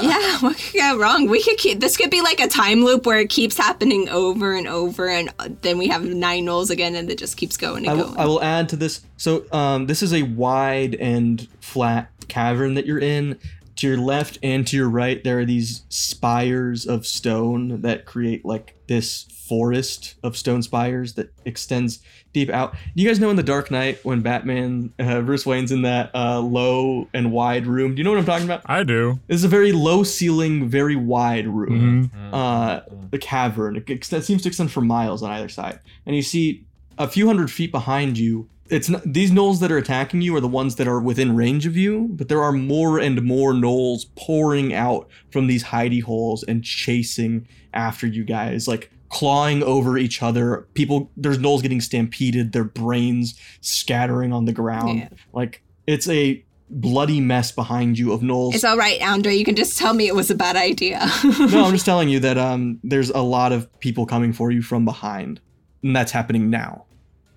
S4: Yeah, what could go wrong? We could keep this could be like a time loop where it keeps happening over and over, and uh, then we have nine rolls again, and it just keeps going
S2: I
S4: and
S2: will,
S4: going.
S2: I will add to this. So um, this is a wide and flat cavern that you're in. To your left and to your right, there are these spires of stone that create like this forest of stone spires that extends deep out. You guys know in the Dark Knight when Batman, uh, Bruce Wayne's in that uh, low and wide room. Do you know what I'm talking about?
S5: I do.
S2: This is a very low ceiling, very wide room
S5: hmm
S3: Mm,
S2: uh, the cavern. It extends, seems to extend for miles on either side, and you see a few hundred feet behind you. It's not, these gnolls that are attacking you are the ones that are within range of you, but there are more and more gnolls pouring out from these hidey holes and chasing after you guys, like clawing over each other. People, there's gnolls getting stampeded, their brains scattering on the ground.
S4: Yeah.
S2: Like it's a bloody mess behind you of gnolls
S4: it's all right, Andre. You can just tell me it was a bad idea.
S2: no, I'm just telling you that um, there's a lot of people coming for you from behind, and that's happening now.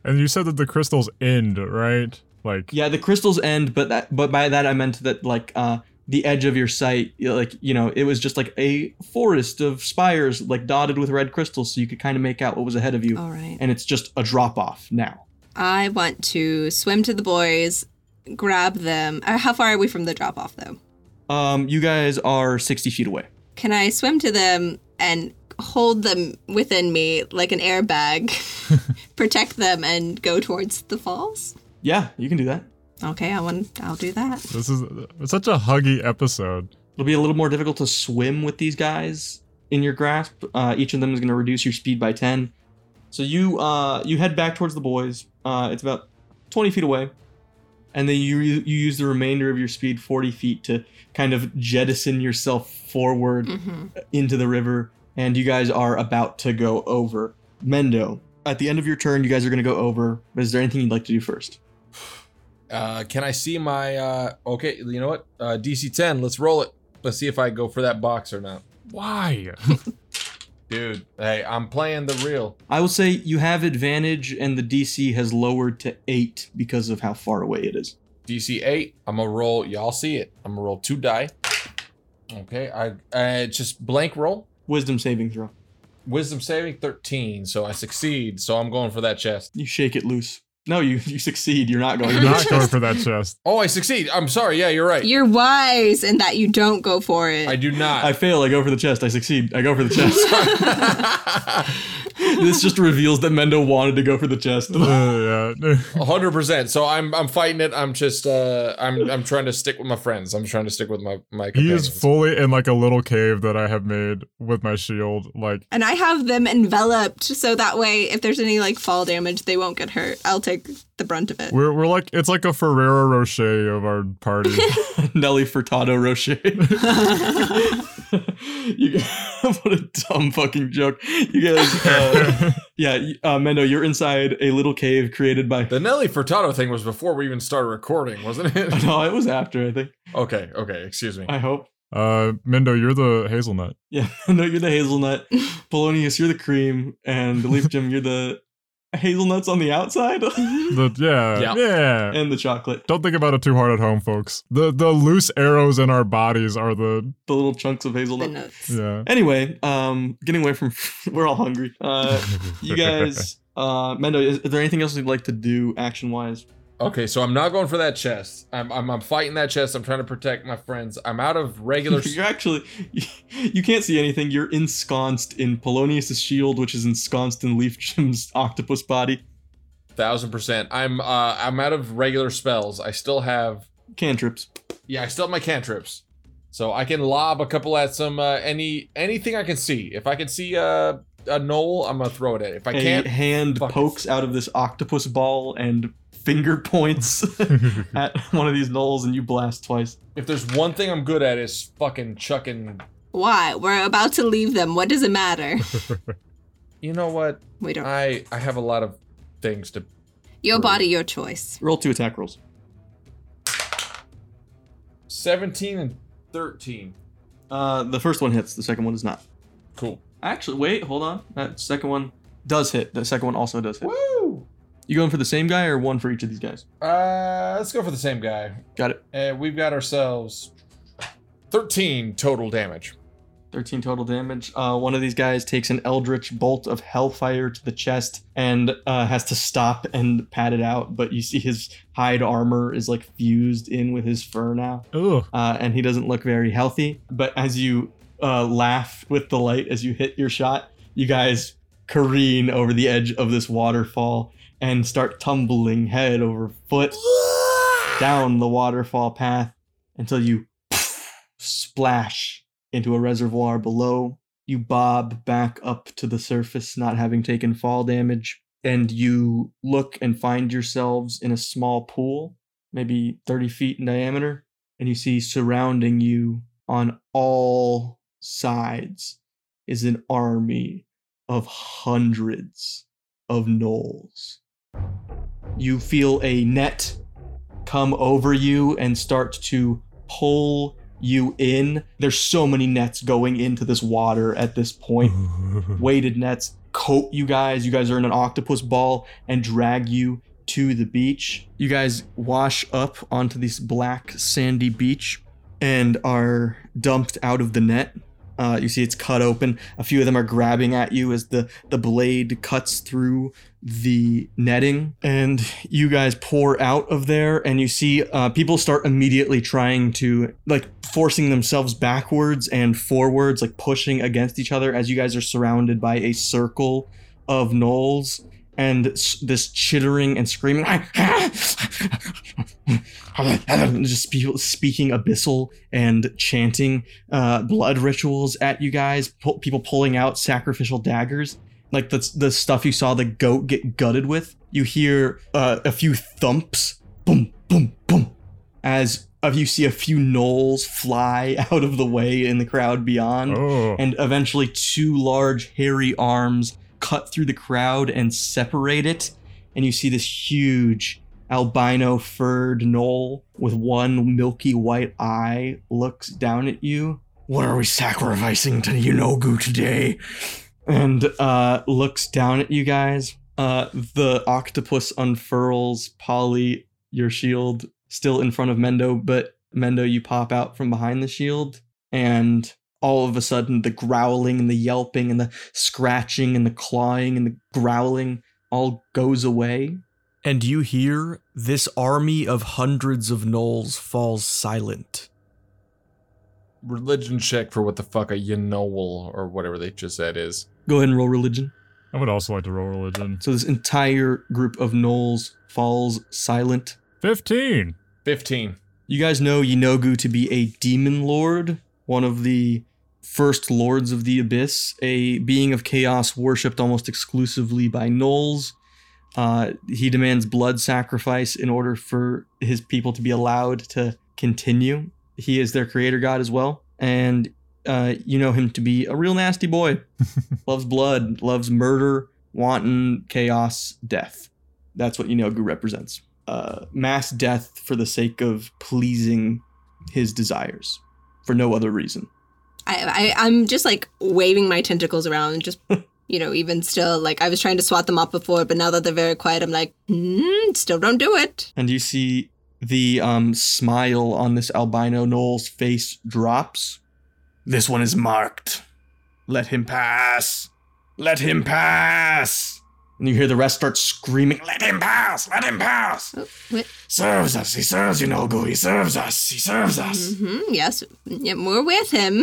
S5: And you said that the crystals end, right? Like
S2: Yeah, the crystals end, but that, but by that I meant that like uh, the edge of your sight, you- like you know, it was just like a forest of spires, like dotted with red crystals, so you could kind of make out what was ahead of you.
S4: All right.
S2: And it's just a drop off now.
S4: I want to swim to the boys, grab them. Uh, How far are we from the drop off, though?
S2: Um, you guys are sixty feet away.
S4: Can I swim to them and hold them within me like an airbag, protect them, and go towards the falls?
S2: Yeah, you can do that.
S4: Okay, I want. I'll do that.
S5: This is it's such a huggy episode.
S2: It'll be a little more difficult to swim with these guys in your grasp. Uh, each of them is going to reduce your speed by ten. So you uh, you head back towards the boys. Uh, it's about twenty feet away, and then you you use the remainder of your speed, forty feet, to kind of jettison yourself forward
S4: Mm-hmm.
S2: into the river, and you guys are about to go over Mendo. At the end of your turn, you guys are going to go over. But is there anything you'd like to do first?
S3: Uh, can I see my? Uh, okay, you know what? Uh, DC ten. Let's roll it. Let's see if I go for that box or not,
S5: Why?
S3: dude. Hey, I'm playing the real.
S2: I will say you have advantage, and the DC has lowered to eight because of how far away it is.
S3: DC eight. I'm gonna roll. Y'all see it. I'm gonna roll two die. Okay, I uh, just blank roll.
S2: Wisdom saving throw.
S3: Wisdom saving thirteen, so I succeed. So I'm going for that chest.
S2: You shake it loose. No, you you succeed. You're not going.
S5: You're
S2: to
S5: not going for that chest.
S3: Oh, I succeed. I'm sorry. Yeah, you're right.
S4: You're wise in that you don't go for it.
S3: I do not.
S2: I fail. I go for the chest. I succeed. I go for the chest. this just reveals that Mendo wanted to go for the chest.
S5: Uh, yeah.
S3: hundred percent. So I'm I'm fighting it. I'm just uh I'm I'm trying to stick with my friends. I'm trying to stick with my my.
S5: He is
S3: Companions.
S5: fully in like a little cave that I have made with my shield. Like
S4: and I have them enveloped so that way if there's any like fall damage, they won't get hurt. I'll take the brunt of it.
S5: we're we're like it's like a Ferrero Rocher of our party.
S2: Nelly Furtado Rocher. you, guys- what a dumb fucking joke. You guys, uh, yeah, you- uh, Mendo, you're inside a little cave created by.
S3: The Nelly Furtado thing was before we even started recording, wasn't it?
S2: No, it was after. I think.
S3: okay, okay, excuse me.
S2: I hope.
S5: Uh, Mendo, you're the hazelnut.
S2: Yeah, no, you're the hazelnut. Polonius, you're the cream, and Leaf Jim, you're the hazelnuts on the outside
S5: The, yeah,
S3: Yeah.
S5: yeah.
S2: and the chocolate.
S5: Don't think about it too hard at home, folks. The the loose arrows in our bodies are the
S2: the little chunks of
S4: The
S2: hazelnut.
S4: notes.
S5: yeah.
S2: Anyway, um, getting away from we're all hungry. Uh, you guys, uh, Mendo, is, is there anything else you'd like to do action wise?
S3: Okay, so I'm not going for that chest. I'm I'm, I'm fighting that chest. I'm trying to protect my friends. I'm out of regular. s-
S2: You're actually, you can't see anything. You're ensconced in Polonius's shield, which is ensconced in Leaf Jim's octopus body.
S3: Thousand percent. I'm uh I'm out of regular spells. I still have
S2: Cantrips.
S3: yeah I still have my cantrips, so I can lob a couple at some uh, any anything I can see. If I can see uh, a knoll, I'm gonna throw it at. It. If I
S2: A
S3: can't,
S2: hand
S3: Fuck.
S2: pokes out of this octopus ball and finger points at one of these knolls, and you blast twice.
S3: if there's one thing I'm good at is fucking chucking.
S4: Why? We're about to leave them. What does it matter?
S3: You know what?
S4: We don't.
S3: I I have a lot of things to.
S4: Your body, your choice.
S2: Roll two attack rolls.
S3: Seventeen and thirteen.
S2: Uh, the first one hits. The second one does not.
S3: Cool.
S2: Actually, wait, hold on. That second one does hit. The second one also does hit.
S3: Woo!
S2: You going for the same guy or one for each of these guys?
S3: Uh, let's go for the same guy.
S2: Got it.
S3: Uh, we've got ourselves 13 total damage.
S2: 13 total damage. Uh, one of these guys takes an eldritch bolt of hellfire to the chest and uh, has to stop and pat it out. But you see his hide armor is like fused in with his fur now.
S5: Ugh.
S2: Uh, and he doesn't look very healthy. But as you uh, laugh with delight as you hit your shot, you guys careen over the edge of this waterfall and start tumbling head over foot down the waterfall path until you splash into a reservoir below. You bob back up to the surface, not having taken fall damage, and you look and find yourselves in a small pool, maybe 30 feet in diameter, and you see surrounding you on all sides is an army of hundreds of gnolls. You feel a net come over you and start to pull you in. There's so many nets going into this water at this point.
S5: Mm-hmm.
S2: Weighted nets coat you guys. You guys are in an octopus ball and drag you to the beach. You guys wash up onto this black sandy beach and are dumped out of the net. Uh, you see it's cut open. A few of them are grabbing at you as the, the blade cuts through the netting. And you guys pour out of there, and you see uh, people start immediately trying to, like, forcing themselves backwards and forwards, like pushing against each other as you guys are surrounded by a circle of gnolls and s- this chittering and screaming. just people speaking abyssal and chanting uh, blood rituals at you guys. Pu- people pulling out sacrificial daggers, like the the stuff you saw the goat get gutted with. You hear uh, a few thumps, boom, boom, boom, as of you see a few gnolls fly out of the way in the crowd beyond
S5: Oh.
S2: and eventually two large hairy arms cut through the crowd and separate it and you see this huge albino furred knoll with one milky white eye looks down at you what are we sacrificing to Yunogu today and uh, looks down at you guys uh, the octopus unfurls polly your shield still in front of mendo but mendo you pop out from behind the shield and all of a sudden the growling and the yelping and the scratching and the clawing and the growling all goes away and you hear this army of hundreds of gnolls falls silent
S3: Religion check for what the fuck a Yannol or whatever they just said is.
S2: go ahead and roll religion
S5: I would also like to roll religion.
S2: so this entire group of gnolls falls silent
S5: 15.
S3: 15.
S2: you guys know yinogu to be a demon lord one of the first lords of the abyss a being of chaos worshipped almost exclusively by gnolls Uh, he demands blood sacrifice in order for his people to be allowed to continue. He is their creator god as well. And uh, you know him to be a real nasty boy. loves blood, loves murder, wanton, chaos, death. That's what Inogu represents. Uh, mass death for the sake of pleasing his desires, for no other reason.
S4: I, I I'm just like waving my tentacles around, just you know, even still, like I was trying to swat them off before, but now that they're very quiet, I'm like, mm, still don't do it.
S2: and you see the um, smile on this albino Knoll's face drops. This one is marked. Let him pass. Let him pass. And you hear the rest start screaming.
S6: Let him pass! Let him pass!
S4: Oh, what?
S6: Serves us! He serves you, Nogu! He serves us! He serves us!
S4: hmm yes, yeah, we're with him.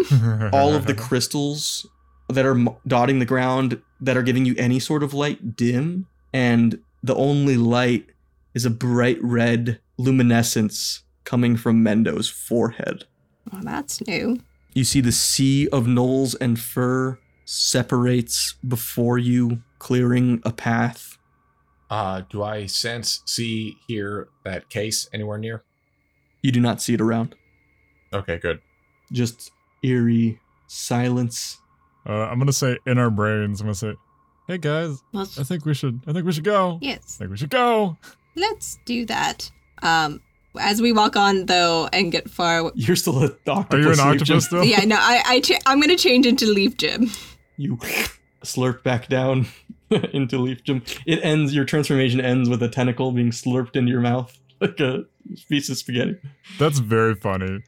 S2: All of the crystals that are m- dotting the ground that are giving you any sort of light dim, and the only light is a bright red luminescence coming from Mendo's forehead.
S4: Well, that's new.
S2: You see the sea of knolls and fur separates before you, clearing a path.
S3: Uh, do I sense, see, hear that case anywhere near?
S2: You do not see it around.
S3: Okay, good.
S2: Just eerie silence.
S5: Uh, I'm gonna say in our brains. I'm gonna say, "Hey guys,
S4: Well,
S5: I think we should. I think we should go. I
S4: yes,
S5: think we should go."
S4: let's do that. Um, as we walk on though and get far,
S2: You're still an octopus.
S5: Are you an
S2: Leaf Jim.
S5: octopus though?
S4: yeah, no, I I cha- I'm gonna change into leaf Jim.
S2: You slurp back down into Leaf Jim. It ends. Your transformation ends with a tentacle being slurped into your mouth like a piece of spaghetti.
S5: That's very funny.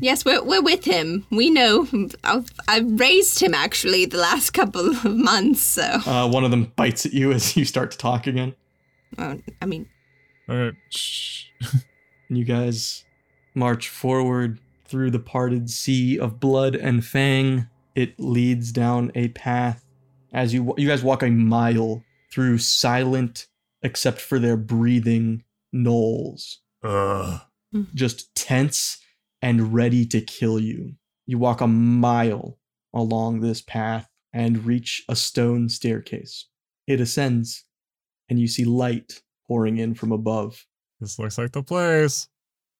S4: Yes, we're we're with him. We know. I've I've raised him actually the last couple of months, so
S2: Uh, one of them bites at you as you start to talk again.
S4: well, I mean,
S5: All right, shh.
S2: And you guys march forward through the parted sea of blood and fang. It leads down a path as you you guys walk a mile through silent, except for their breathing, knolls,
S6: Ugh.
S2: just tense and ready to kill you. You walk a mile along this path and reach a stone staircase. It ascends, and you see light pouring in from above.
S5: This looks like the place.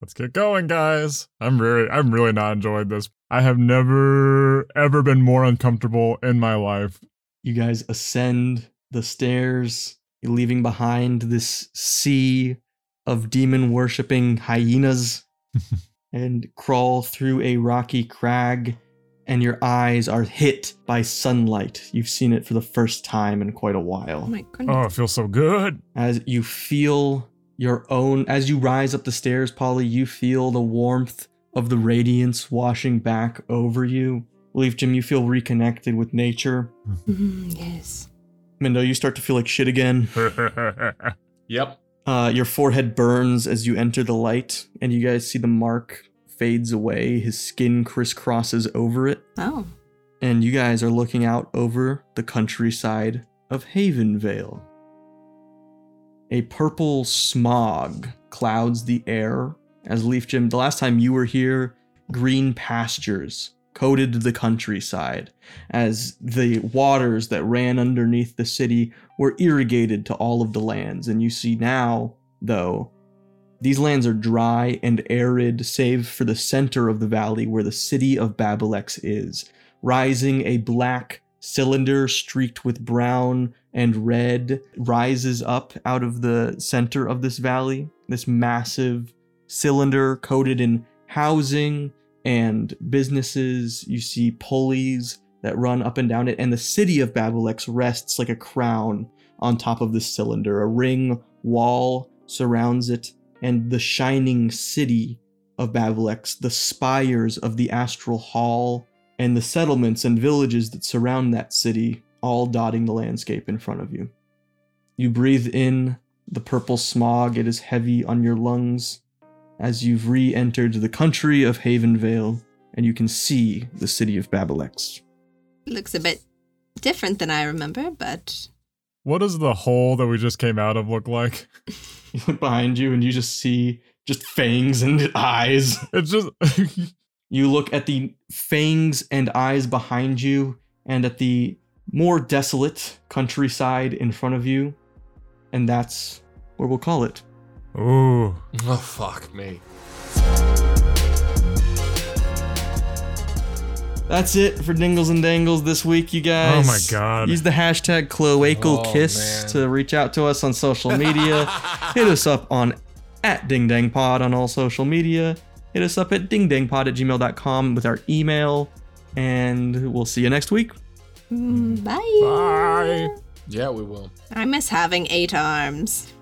S5: Let's get going, guys. I'm really, I'm really not enjoying this. I have never, ever been more uncomfortable in my life.
S2: You guys ascend the stairs, leaving behind this sea of demon worshipping hyenas, and crawl through a rocky crag, and your eyes are hit by sunlight. You've seen it for the first time in quite a
S4: oh
S2: while.
S4: my goodness.
S5: Oh, it feels so good.
S2: As you feel your own, as you rise up the stairs, Polly, you feel the warmth of the radiance washing back over you. Leaf Jim, you feel reconnected with nature.
S4: Mhm, yes.
S2: Mindo, you start to feel like shit again.
S3: Yep.
S2: Uh, your forehead burns as you enter the light, and you guys see the mark fades away. His skin crisscrosses over it,
S4: Oh.
S2: and you guys are looking out over the countryside of Havenvale. A purple smog clouds the air as Leaf Jim. The last time you were here, green pastures coated the countryside as the waters that ran underneath the city were irrigated to all of the lands. And you see now, though, these lands are dry and arid, save for the center of the valley where the city of Babelex is, rising a black cylinder streaked with brown and red rises up out of the center of this valley this massive cylinder coated in housing and businesses you see pulleys that run up and down it and the city of babelex rests like a crown on top of this cylinder a ring wall surrounds it and the shining city of babelex the spires of the astral hall and the settlements and villages that surround that city, all dotting the landscape in front of you. You breathe in the purple smog, it is heavy on your lungs as you've re entered the country of Havenvale, and you can see the city of Babelex.
S4: Looks a bit different than I remember, but
S5: what does the hole that we just came out of look like?
S2: You look behind you and you just see just fangs and eyes.
S5: It's just
S2: You look at the fangs and eyes behind you and at the more desolate countryside in front of you, and that's where we'll call it.
S5: ooh.
S3: Oh fuck me.
S2: That's it for Dingles and Dangles this week, you
S5: Oh
S2: guys.
S5: my god.
S2: Use the hashtag cloacal
S3: Oh,
S2: kiss
S3: man.
S2: to reach out to us on social media. Hit us up on at Ding Dang Pod on all social media. Hit us up at dingdangpod at gmail.com with our email. And we'll see you next week.
S4: mm, bye.
S5: Bye.
S3: Yeah, we will.
S4: I miss having eight arms.